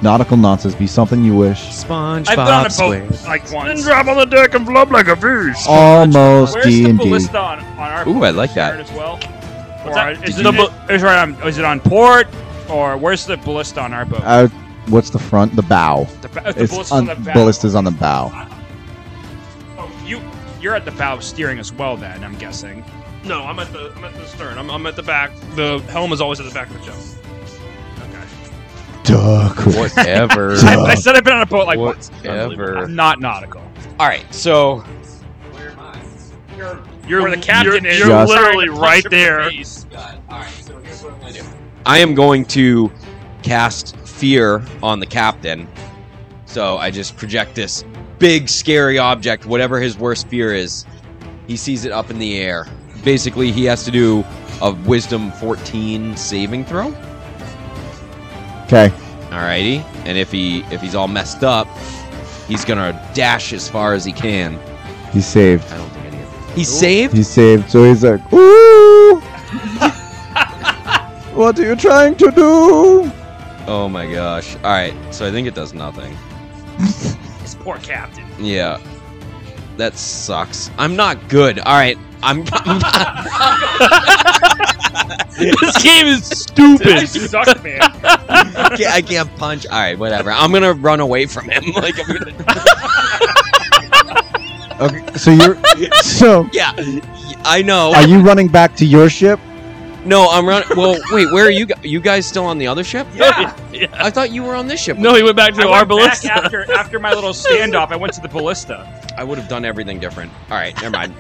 Nautical nonsense. Be something you wish. SpongeBob I've been on a boat Squares. like once. drop on the deck and flop like a fish. Almost Where's D the and D. ballista on, on our Ooh, I like Stern that. as well? What's Or that? is Did it, you- is, it on, is it on port? Or where's the ballista on our boat? Uh, what's the front? The bow. the, ba- the It's ballista's on, the bow. ballista's on the bow. Oh, you, you're at the bow steering as well, then, I'm guessing. No, I'm at the I'm at the stern. I'm, I'm at the back. The helm is always at the back of the ship. Duh. cool. Whatever. I, I said I've been on a boat like once. Whatever. I'm not nautical. All right. So You're Where the captain you're, is. You're Just- literally right there. I am going to cast fear on the captain. So I just project this big scary object, whatever his worst fear is. He sees it up in the air. Basically, he has to do a wisdom 14 saving throw. Okay. Alrighty. And if he if he's all messed up, he's gonna dash as far as he can. He's saved. I don't think any of He's saved? He's saved. So he's like, ooh. what are you trying to do? Oh my gosh. Alright, so I think it does nothing. This poor captain. Yeah. That sucks. I'm not good. All right. I'm this game is stupid. Suck, man. I can't- I can't punch. All right, whatever. I'm going to run away from him like I'm going to Okay. So you're. so Yeah. I know. are you running back to your ship? No, I'm running Well, wait, where are you guys? You guys still on the other ship? Yeah. I thought you were on this ship. no, he went back to I our went back ballista. after, after my little standoff, I went to the ballista. I would have done everything different. All right, never mind.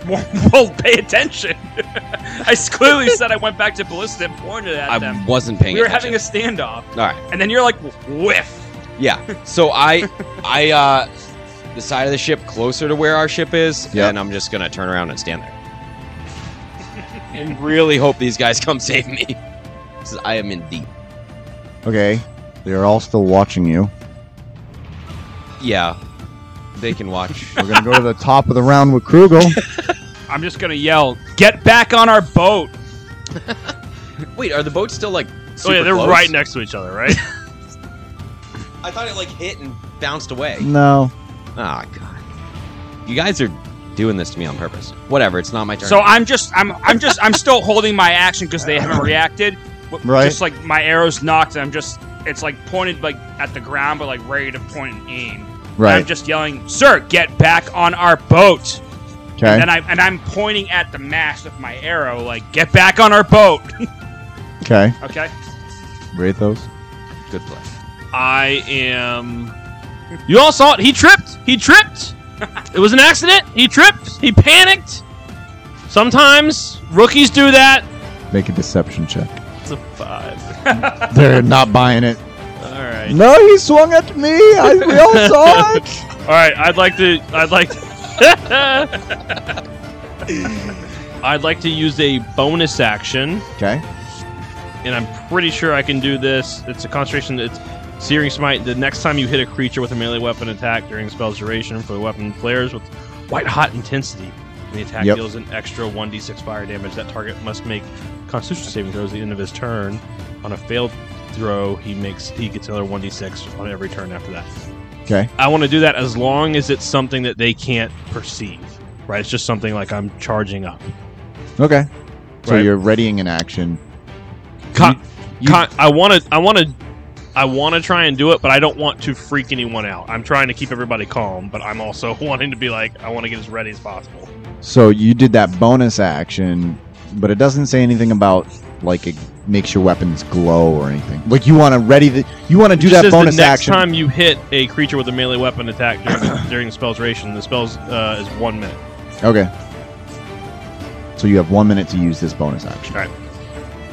Well, pay attention. I clearly said I went back to ballista and pointed at I them. wasn't paying We were attention. having a standoff, All right. and then you're like, whiff. Yeah. So I I uh the side of the ship closer to where our ship is, Yep. and I'm just going to turn around and stand there. and really hope these guys come save me. 'Cause I am in deep. Okay. They're all still watching you. Yeah. They can watch. We're gonna go to the top of the round with Krugel. I'm just gonna yell, "Get back on our boat!" Wait, are the boats still like? oh Super yeah, they're close? right next to each other, right? I thought it like hit and bounced away. No. Ah, god. You guys are doing this to me on purpose. Whatever. It's not my turn. So I'm just I'm I'm just I'm still holding my action because they haven't reacted. W- Right. Just like my arrow's knocked, and I'm just it's like pointed like at the ground, but like ready to point and aim. And I'm Right. just yelling, "Sir, get back on our boat!" Okay. And I and I'm pointing at the mast with my arrow, like, "Get back on our boat!" Okay. Okay. Rate those. good play. I am. You all saw it. He tripped. He tripped. It was an accident. He tripped. He panicked. Sometimes rookies do that. Make a deception check. It's a five. They're not buying it. All right. No, he swung at me. I, we all saw it. All right. I'd like to. I'd like. To I'd like to use a bonus action, Okay. and I'm pretty sure I can do this. It's a concentration. It's searing smite. The next time you hit a creature with a melee weapon attack during the spell's duration for the weapon players with white hot intensity. The attack Yep. deals an extra 1d6 fire damage. That target must make Constitution saving throws at the end of his turn. On a failed throw, he makes he gets another 1d6 on every turn after that. Okay. I want to do that as long as it's something that they can't perceive. Right? It's just something like I'm charging up. Okay. So Right. you're readying an action. Con- you- con- I want to. I want to. I want to try and do it, but I don't want to freak anyone out. I'm trying to keep everybody calm, but I'm also wanting to be like, I want to get as ready as possible. So you did that bonus action, but it doesn't say anything about like it makes your weapons glow or anything. Like you want to ready the you want to do It that says bonus the next action. time you hit a creature with a melee weapon attack during the, during the spell's duration, the spell's uh, is one minute. Okay. So you have one minute to use this bonus action. Alright.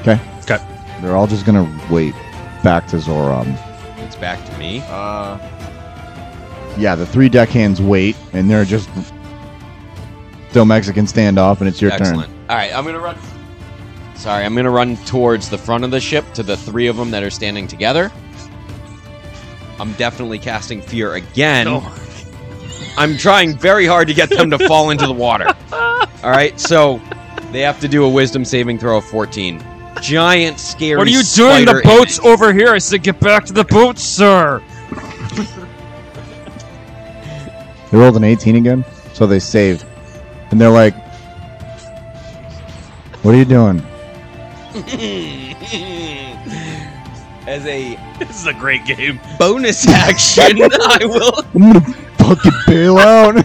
Okay. Okay. They're all just gonna wait back to Zoram. It's back to me. Uh. Yeah, the three deckhands wait, and they're just still Mexican standoff, and it's your Excellent. All right, I'm gonna run. Sorry, I'm gonna run towards the front of the ship to the three of them that are standing together. I'm definitely casting fear again. I'm trying very hard to get them to fall into the water. All right, so they have to do a wisdom saving throw of 14. Giant, scary. What are you doing? The spider boat's image. over here. I said, "Get back to the boat, sir." turn. They rolled an 18 again, so they save, and they're like, "What are you doing?" As a This is a great game. bonus action, I will. I'm gonna fucking bail out.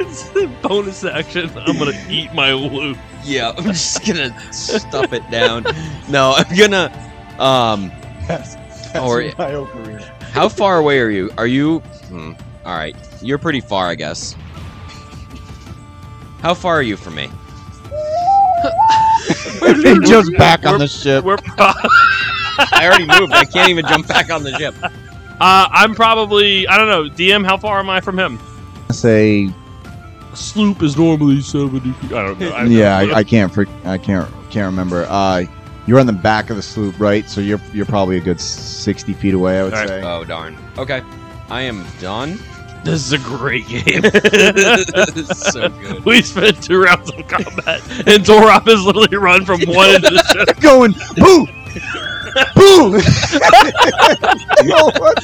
It's a bonus action. I'm gonna eat my loot. Yeah, I'm just gonna stuff it down. No, I'm gonna. Um, Or- how far away are you? Are you? Hmm, all right, you're pretty far, I guess. How far are you from me? they just back on the ship. We're pro- I already moved. I can't even jump back on the ship. Uh, I'm probably I don't know. DM, how far am I from him? Say, Sloop is normally seventy. Feet. I don't know. I don't yeah, know. I, I can't. Freak, I can't. Can't remember. Uh, you're on the back of the sloop, right? So you're you're probably a good 60 feet away. I would All right. say. Oh darn. Okay, I am done. this is a great game. This is so good. we spent two rounds of combat, and Zorop has literally run from one end to the other. going boo, boo. no, what?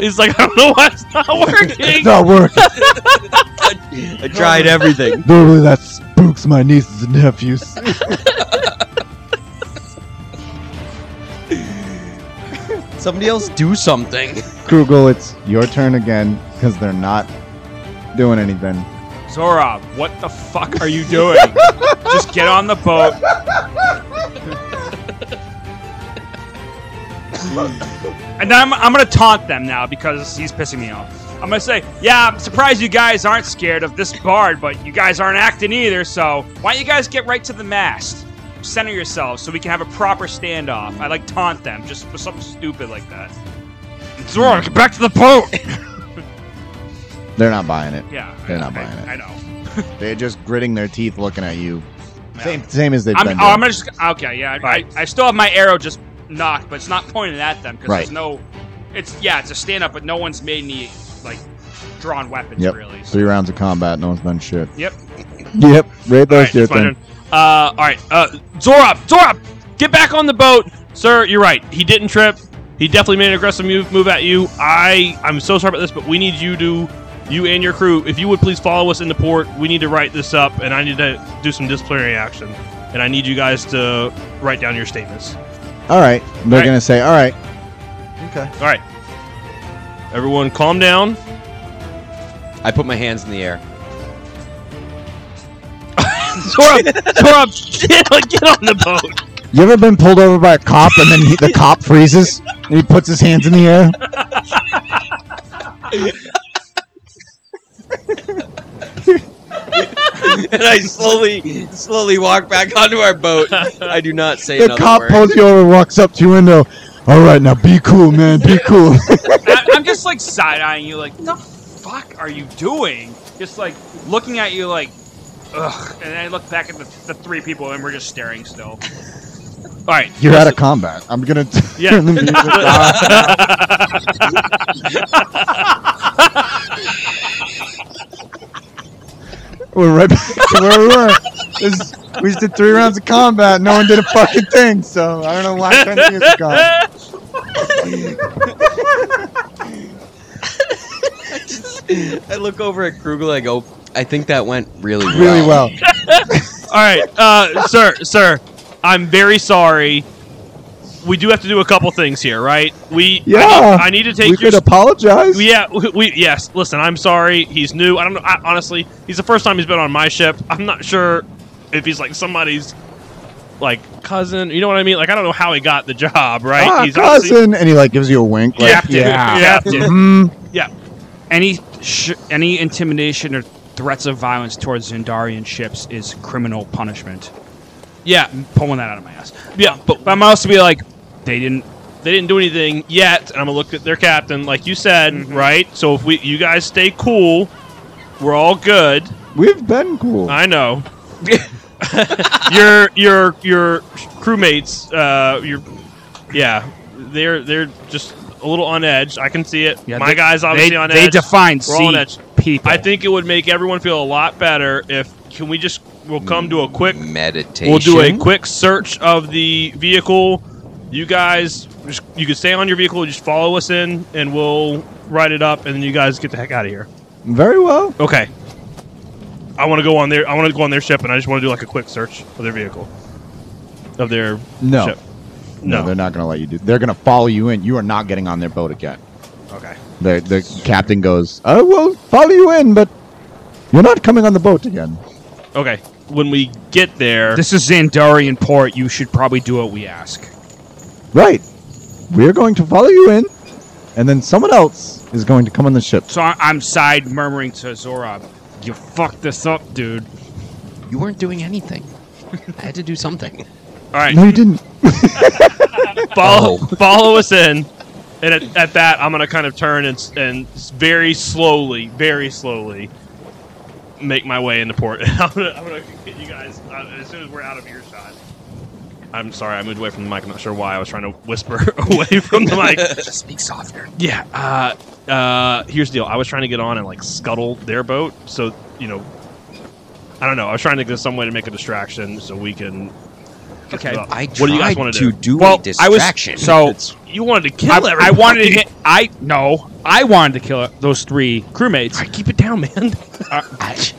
He's like, I don't know why it's not It's working. not working. I tried everything. Normally that spooks my nieces and nephews. Somebody else do something. Krugel, it's your turn again because they're not doing anything. Zora, what the fuck are you doing? Just get on the boat. and I'm, I'm gonna taunt them now because he's pissing me off. I'm gonna say, yeah, I'm surprised you guys aren't scared of this bard, but you guys aren't acting either, so why don't you guys get right to the mast? Center yourselves so we can have a proper standoff. I like taunt them, just for something stupid like that. Zora, get back to the boat! They're not buying it. Yeah, I- They're not I- buying it. I know. They're just gritting their teeth, looking at you. Yeah. Same, same as they've I'm, been. oh, I'm doing. gonna just okay. Yeah, I, I, I still have my arrow just knocked, but it's not pointed at them because Right. there's no. It's yeah, it's a stand up, but no one's made any like drawn weapons Yep. really. So. Three rounds of combat. No one's done shit. Yep. Yep. Right All there's right, your it's my thing. turn. Uh, all right, uh, Zorop, Zorop, Get back on the boat, sir. You're right. He didn't trip. He definitely made an aggressive move move at you. I I'm so sorry about this, but we need you to you and your crew, if you would please follow us into port. We need to write this up, and I need to do some disciplinary action. And I need you guys to write down your statements. All right. They're Right. gonna say, "All right, All right. Everyone, calm down. I put my hands in the air. Zora, Zora, get, on- get on the boat. you ever been pulled over by a cop and then he, the cop freezes and he puts his hands in the air?" and I slowly, slowly walk back onto our boat. I do not say The another cop word. pulls you over, and walks up to your window. All right, now be cool, man. Be cool. I, I'm just like side eyeing you, like, the fuck are you doing? Just like looking at you, like, ugh. And then I look back at the, the three people, and we're just staring still. All right. You're out of combat. I'm gonna. Yeah. turn the music off. We're right back to where we were. This- we just did three rounds of combat. No one did a fucking thing, so I don't know why I turned the music off. I look over at Krugel. I go. I think that went really, Really well. All right, uh, sir, sir, I'm very sorry. We do have to do a couple things here, right? We, Yeah. I, I need to take we your. could apologize. yeah, we, we yes. Listen, I'm sorry. He's new. I don't know. I, honestly, he's the first time he's been on my ship. I'm not sure if he's like somebody's like cousin. You know what I mean? Like I don't know how he got the job, right? Ah, he's obviously- cousin, and he like gives you a wink. Like, Captain. yeah. Captain. Mhm. Any sh- any intimidation or threats of violence towards Zendarian ships is criminal punishment. Yeah, I'm pulling that out of my ass. yeah. But But I'm also be like, they didn't. they didn't do anything yet, and I'm gonna look at their captain, like you said, right? So if we, you guys stay cool, we're all good. We've been cool. I know. your your your crewmates, uh, your yeah, they're they're just a little on edge. I can see it. Yeah, My they- guys obviously They, on they edge. defined We're all on sea edge. people. I think it would make everyone feel a lot better if can we just we'll come to a quick meditation. We'll do a quick search of the vehicle. You guys, just, you can stay on your vehicle. Just follow us in, and we'll write it up, and then you guys get the heck out of here. Very well. Okay. I want to go on their. I want to go on their ship, and I just want to do like a quick search of their vehicle, of their No. ship. No, No. they're not going to let you do. They're going to follow you in. You are not getting on their boat again. Okay. The the captain goes, "I will follow you in, but you're not coming on the boat again." Okay. When we get there, this is Zandarian port. You should probably do what we ask. Right. We're going to follow you in, and then someone else is going to come on the ship. So I- I'm side murmuring to Zora, "You fucked this up, dude." You weren't doing anything. I had to do something. all right. No, you didn't. follow follow us in and at, at that i'm gonna kind of turn and, s- and s- very slowly very slowly make my way into port and i'm gonna, I'm gonna get you guys uh, as soon as we're out of earshot i'm sorry i moved away from the mic i'm not sure why i was trying to whisper away from the mic Just speak softer. yeah uh, uh, here's the deal i was trying to get on and like scuttle their boat so you know i don't know i was trying to get some way to make a distraction so we can get Okay, the- I what do you guys want to to do Well, a I was- distraction. so- It's- you wanted to kill I, everybody. I wanted to. Hit, I no. I wanted to kill those three crewmates. Uh, Alright, keep it down, man.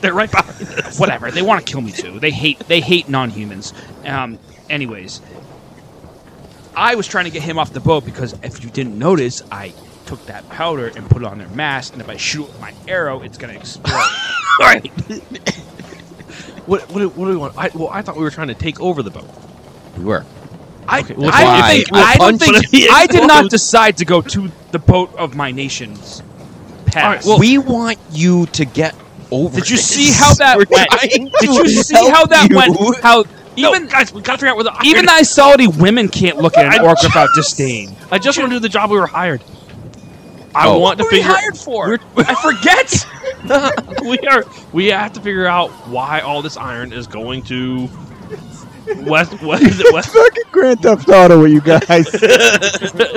They're right behind. Whatever. They want to kill me too. They hate. They hate non-humans. Um. Anyways, I was trying to get him off the boat because if you didn't notice, I took that powder and put it on their mast, and if I shoot it with my arrow, it's gonna explode. All right. what, what, do- what do we want? I, well, I thought we were trying to take over the boat. we were. I, well, I, why? think, Well, I don't punch think it. I did not decide to go to the boat of my nation's past. we want you to get over. Did you this. see how that We're went? trying Did to you see help how that you. went? How even Even guys, we gotta figure out where the even the Isaudi women can't look at an I orc without disdain. I just want to do the job we were hired. I Oh. want to What are we figure. hired for? I forget. we are. We have to figure out why all this iron is going to West. West, is it West Fucking Grand Theft Auto with you guys.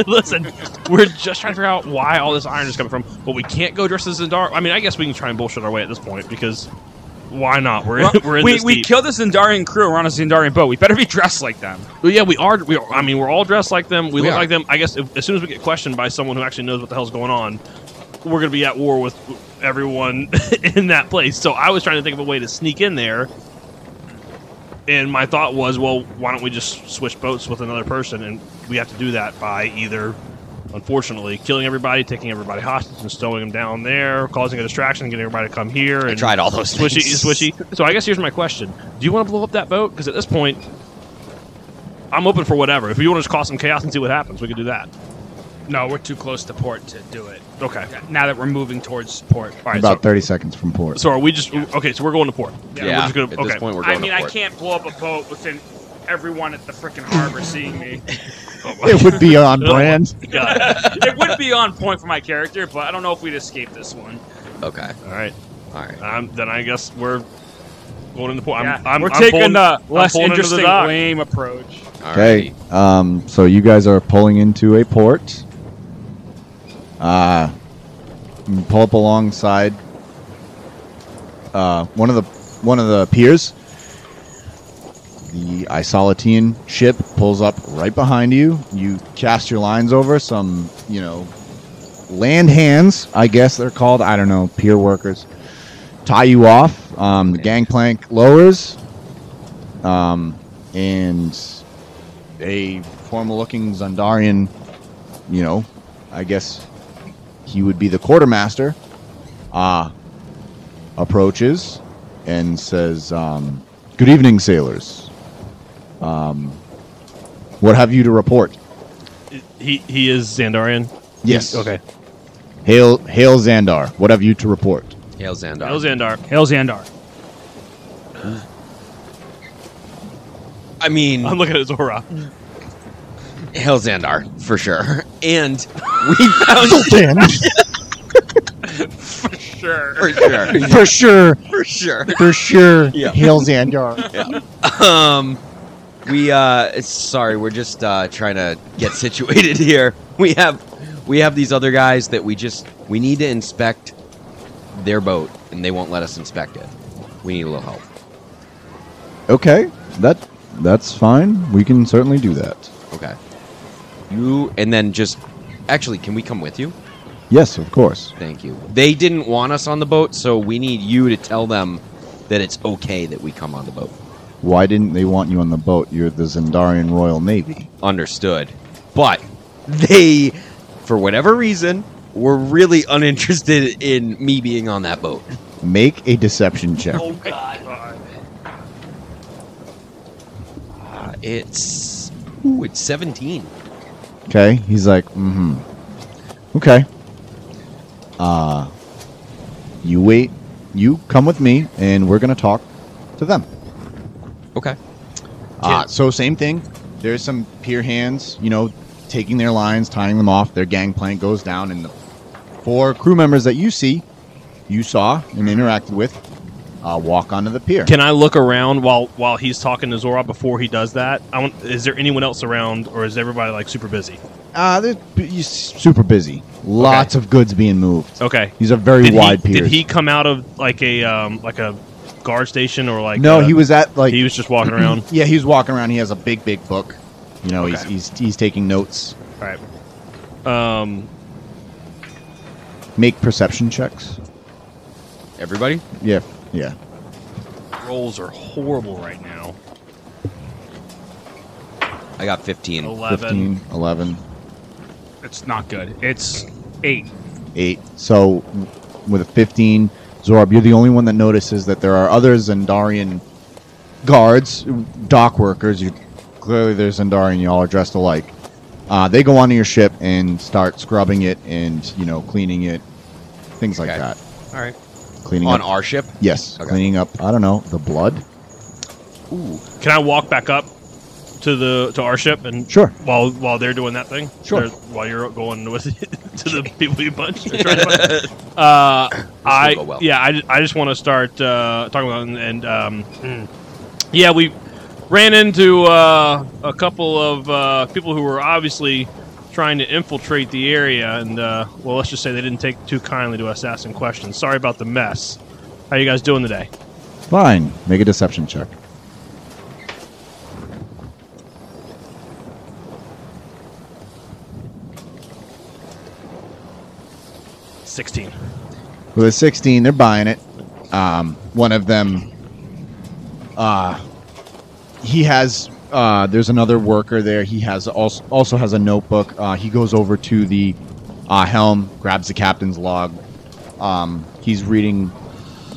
Listen, we're just trying to figure out why all this iron is coming from, but we can't go dressed as Zendar. I mean, I guess we can try and bullshit our way at this point because Why not? We're Well, in, we're in we this we deep. killed this Zendarian crew. We're on a Zendarian boat. We better be dressed like them. Well, yeah, we are. We are. I mean, we're all dressed like them. We, We look are. like them. I guess if, as soon as we get questioned by someone who actually knows what the hell's going on, we're going to be at war with everyone in that place. So I was trying to think of a way to sneak in there. And my thought was, well, why don't we just switch boats with another person? And we have to do that by either, unfortunately, killing everybody, taking everybody hostage, and stowing them down there, causing a distraction, getting everybody to come here. I And tried all those swishy, things. swishy. So I guess here's my question: Do you want to blow up that boat? Because at this point, I'm open for whatever. If you want to just cause some chaos and see what happens, we could do that. No, we're too close to port to do it. Okay. Now that we're moving towards port. All right. About so, 30 seconds from port. so are we just okay? So we're going to port. Yeah. We're just gonna- at okay. this point, we're going I mean, to I port. can't blow up a boat within everyone at the freaking harbor seeing me. it would be on brand. it would be on point for my character, but I don't know if we'd escape this one. Okay. All right. All right. Um, then I guess we're going into port. Yeah, I'm, I'm, we're I'm taking pulling- a I'm less pulling into the interesting, dock. lame approach. All Okay. Um, so you guys are pulling into a port. Uh, you pull up alongside uh, one of the one of the piers. The Isolatian ship pulls up right behind you. You cast your lines over some, you know, land hands. I guess they're called. I don't know. Pier workers tie you off. Um, the gangplank lowers, um, and a formal looking Zandarian, you know, I guess he would be the quartermaster, uh, approaches and says, um, Good evening, sailors. Um, what have you to report? He he is Zandarian. Yes. Okay. Hail, hail Xandar. What have you to report? Hail Xandar. Hail Zandar. Hail Xandar. I mean, I'm looking at Zora. Hail Xandar, for sure. And we found Sultan! for sure. for sure. For sure. For sure. Yeah. Hail Xandar. Um, we uh, sorry, we're just uh, trying to get situated here. We have we have these other guys that we just we need to inspect their boat, and they won't let us inspect it. We need a little help. Okay. That that's fine. We can certainly do that. Okay. You and then just actually, can we come with you? Yes, of course. Thank you. They didn't want us on the boat, so we need you to tell them that it's okay that we come on the boat. Why didn't they want you on the boat? You're the Zendarian Royal Navy. understood. But they, for whatever reason, were really uninterested in me being on that boat. Make a deception check. Uh, it's ooh, it's seventeen. Okay? He's like, mm hmm. Okay. Uh, you wait. You come with me, and we're going to talk to them. Okay. Uh, so, same thing. There's some pier hands, you know, taking their lines, tying them off. Their gangplank goes down, and the four crew members that you see, you saw and interacted with, uh, walk onto the pier. Can I look around while while he's talking to Zora before he does that? I want, is there anyone else around, or is everybody like super busy? Uh, they're b- he's super busy. Lots of goods being moved. Okay. These are very did wide he, piers. Did he come out of like a um like a guard station or like? no, a- he was at like he was just walking around. yeah, he was walking around. He has a big, big book. You know, he's, Okay. he's he's taking notes. All right. Um. Make perception checks. Everybody, Yeah, yeah. Rolls are horrible right now. I got Oh. fifteen. Eleven. 15, 11, It's not good. It's eight. 8. So w- with a 15, Zorb, you're the only one that notices that there are other Zendarian guards, dock workers. You clearly they're Zendarian. Y'all are dressed alike. Uh, they go onto your ship and start scrubbing it and you know cleaning it, things like Okay. that. All right. Cleaning On up, our ship. yes, Okay. cleaning up. I don't know the blood. Ooh. Can I walk back up to the to our ship and Sure. while while they're doing that thing? Sure. Or while you're going with to the people you punch. or try to punch? uh, I go well. yeah. I, I just want to start uh, talking about and, and um, mm. yeah we ran into uh, a couple of uh, people who were obviously trying to infiltrate the area and uh, well let's just say they didn't take too kindly to us asking questions. Sorry about the mess. How you guys doing today? Fine. Make a deception check. Sixteen. With a 16, they're buying it. Um, one of them, uh, he has. Uh, there's another worker there. He has also also has a notebook. Uh, he goes over to the uh, helm, grabs the captain's log. Um, he's reading,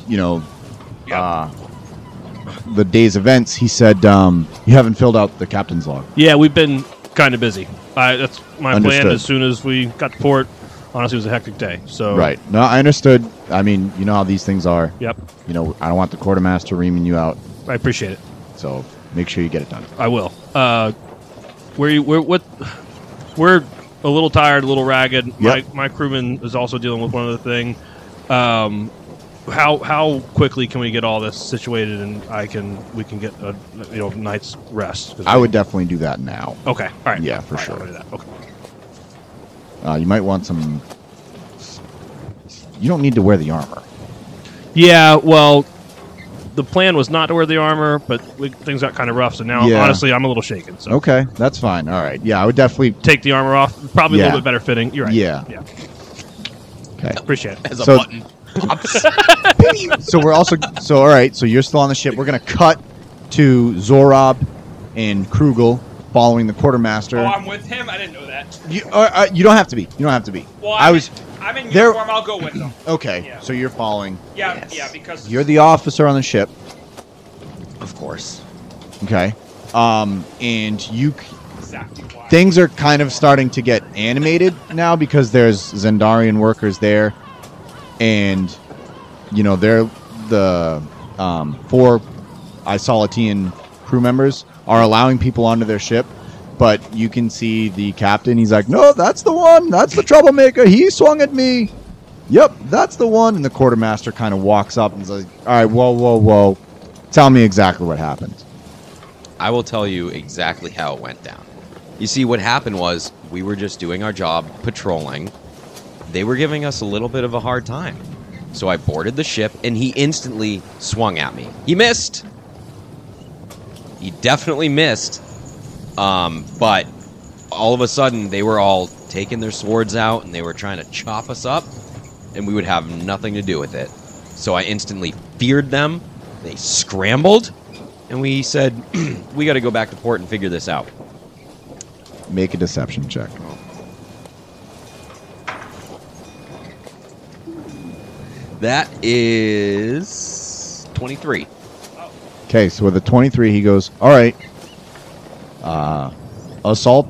you know, uh, the day's events. He said, um, "You haven't filled out the captain's log." Yeah, we've been kind of busy. I, that's my Understood. plan. As soon as we got to port, honestly, it was a hectic day. So Right. No, I understood. I mean, you know how these things are. Yep, You know, I don't want the quartermaster reaming you out. I appreciate it. So make sure you get it done. I will. Uh, where you? Where what? We're a little tired, a little ragged. Yep. My my crewman is also dealing with one other thing. Um, how how quickly can we get all this situated, and I can we can get a you know night's rest? 'Cause I we- would definitely do that now. Okay. All right. Yeah, for All right, sure. I'll do that. Okay. Uh, you might want some. You don't need to wear the armor. Yeah. Well, the plan was not to wear the armor, but we, things got kind of rough. So now, Yeah. honestly, I'm a little shaken. So Okay, that's fine. All right. Yeah, I would definitely. take the armor off. Probably a Yeah. little bit better fitting. You're right. Yeah. Yeah. Okay. Appreciate it. As a So- button. so we're also. So all right. So you're still on the ship. We're gonna cut to Zorob and Krugel following the quartermaster. Oh, I'm with him. I didn't know that. you, uh, uh, you don't have to be. You don't have to be. Well, I I'm was In, I'm in there- uniform. I'll go with him. okay. Yeah. So you're following. Yeah, yeah, because You're the officer on the ship. Of course. Okay. Um, and you c- exactly why. things are kind of starting to get animated now because there's Zendarian workers there, and you know they're the um, four Isolatian crew members are allowing people onto their ship, but you can see the captain. He's like, "No, that's the one. That's the troublemaker. He swung at me." Yep, that's the one. And the quartermaster kind of walks up and is like, "All right, whoa, whoa, whoa, tell me exactly what happened." I will tell you exactly how it went down. You see, what happened was we were just doing our job patrolling. They were giving us a little bit of a hard time. So I boarded the ship and he instantly swung at me. He missed. He definitely missed. Um, but all of a sudden, they were all taking their swords out and they were trying to chop us up, and we would have nothing to do with it. So I instantly feared them. They scrambled, and we said, we got to go back to port and figure this out. Make a deception check. That is 23. Okay, so with a 23, he goes, All right. Uh, assault.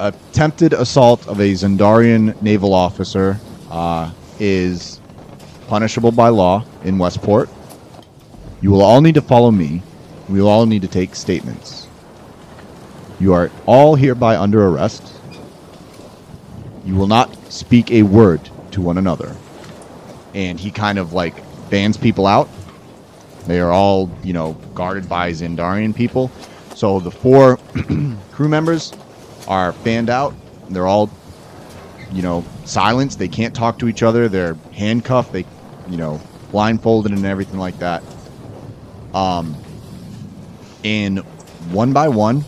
Attempted assault of a Zendarian naval officer uh, is punishable by law in Westport. You will all need to follow me. We will all need to take statements. You are all hereby under arrest. You will not speak a word to one another. And he kind of like bans people out they are all, you know, guarded by Zandarian people. So the four crew members are fanned out. They're all, you know, silenced. They can't talk to each other. They're handcuffed. They, you know, blindfolded and everything like that. Um, and one by one,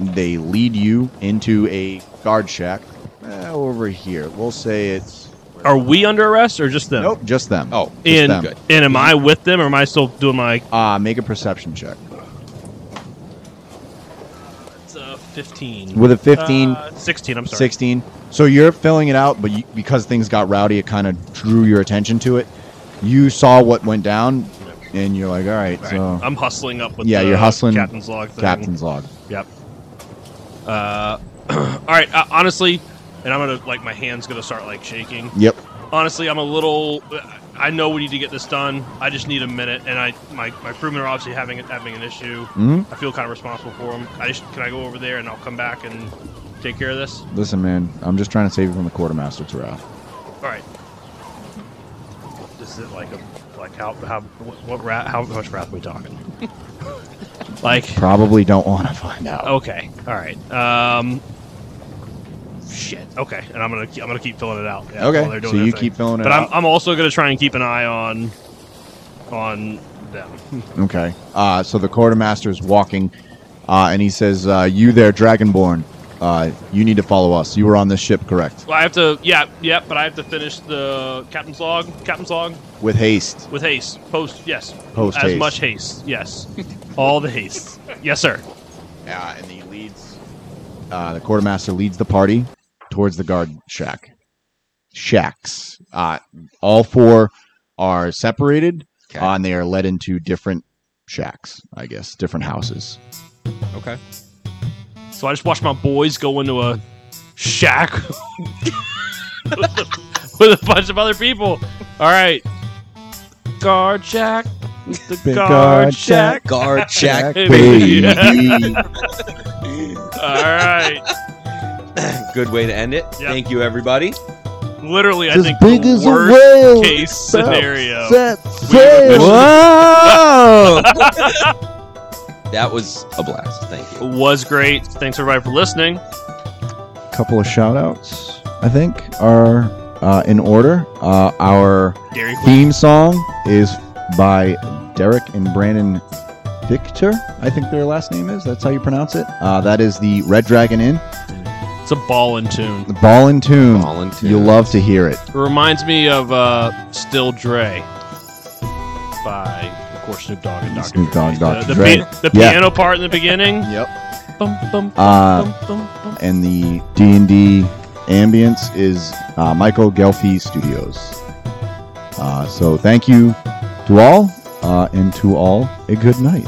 they lead you into a guard shack eh, over here. We'll say it's Are we under arrest or just them? nope, just them. Oh, just And them. and am I with them or am I still doing my Uh, make a perception check. fifteen? With a 15, uh, Sixteen. I'm sorry. 16. So you're filling it out, but you, because things got rowdy, it kind of drew your attention to it. You saw what went down, and you're like, all right, All right. so I'm hustling up with Oh. Yeah, the you're hustling- captain's log thing. captain's log. Yep. Uh, all right. Uh, honestly, and I'm gonna like my hands gonna start like shaking. Yep. Honestly, I'm a little. I know we need to get this done. I just need a minute, and I my, my crewmen are obviously having having an issue. hmm I feel kind of responsible for them. I just can I go over there and I'll come back and take care of this. Listen, man, I'm just trying to save you from the quartermaster, Terrell. All right. This is like a like how how what, what ra- how much wrath are we talking? like Probably don't want to find out. Okay. All right. Um. Shit. Okay. And I'm gonna I'm gonna keep filling it out. yeah, while okay. they're So doing their you thing. keep filling it But I'm, out. I'm also gonna try and keep an eye on on them. Okay. Uh, so the quartermaster is walking, uh, and he says, uh, "You there, Dragonborn? Uh, you need to follow us. You were on this ship, correct? Well, I have to, yeah, yeah, but I have to finish the Uh, captain's log, captain's log With haste, with haste. Post, yes, post as haste." much haste, yes, all the haste, yes, sir. Uh, and he leads. Uh, the quartermaster leads the party towards the guard shack. Shacks. Uh, all four are separated, Okay. uh, and they are led into different shacks. I guess different houses. Okay. So I just watched my boys go into a shack with a bunch of other people. All right, guard shack, the Big guard, guard shack. Guard check. Baby. Baby. All right, Good way to end it. Yeah. Thank you, everybody. literally, I As think big the as a worst whale. case scenario. Set sail. Whoa! That was a blast. Thank you. was great. Thanks everybody for listening. couple of shout outs, I think, are uh, in order. Uh, our Gary, theme song is by Derek and Brandon Victor, I think their last name is. That's how you pronounce it. Uh, that is the Red Dragon Inn. it's a ball in tune. The Ball and Tune. Volunteer. You'll love to hear it. It reminds me of uh, Still Dre by, of course, Snoop Dogg and Dr. Snoop Dogg, Dre. Dr. Uh, The, the, Dre. pi- the Yeah. piano part in the beginning. Yep. Bum, bum, Uh, bum, bum, bum. and the D&D ambience is uh, Michael Gelfi Studios. Uh, so thank you to all, uh, and to all a good night.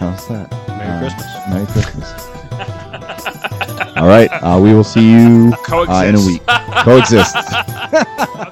How's that? Merry uh, Christmas. Merry Christmas. all right, uh, we will see you Coexist. uh, in a week. Coexist. I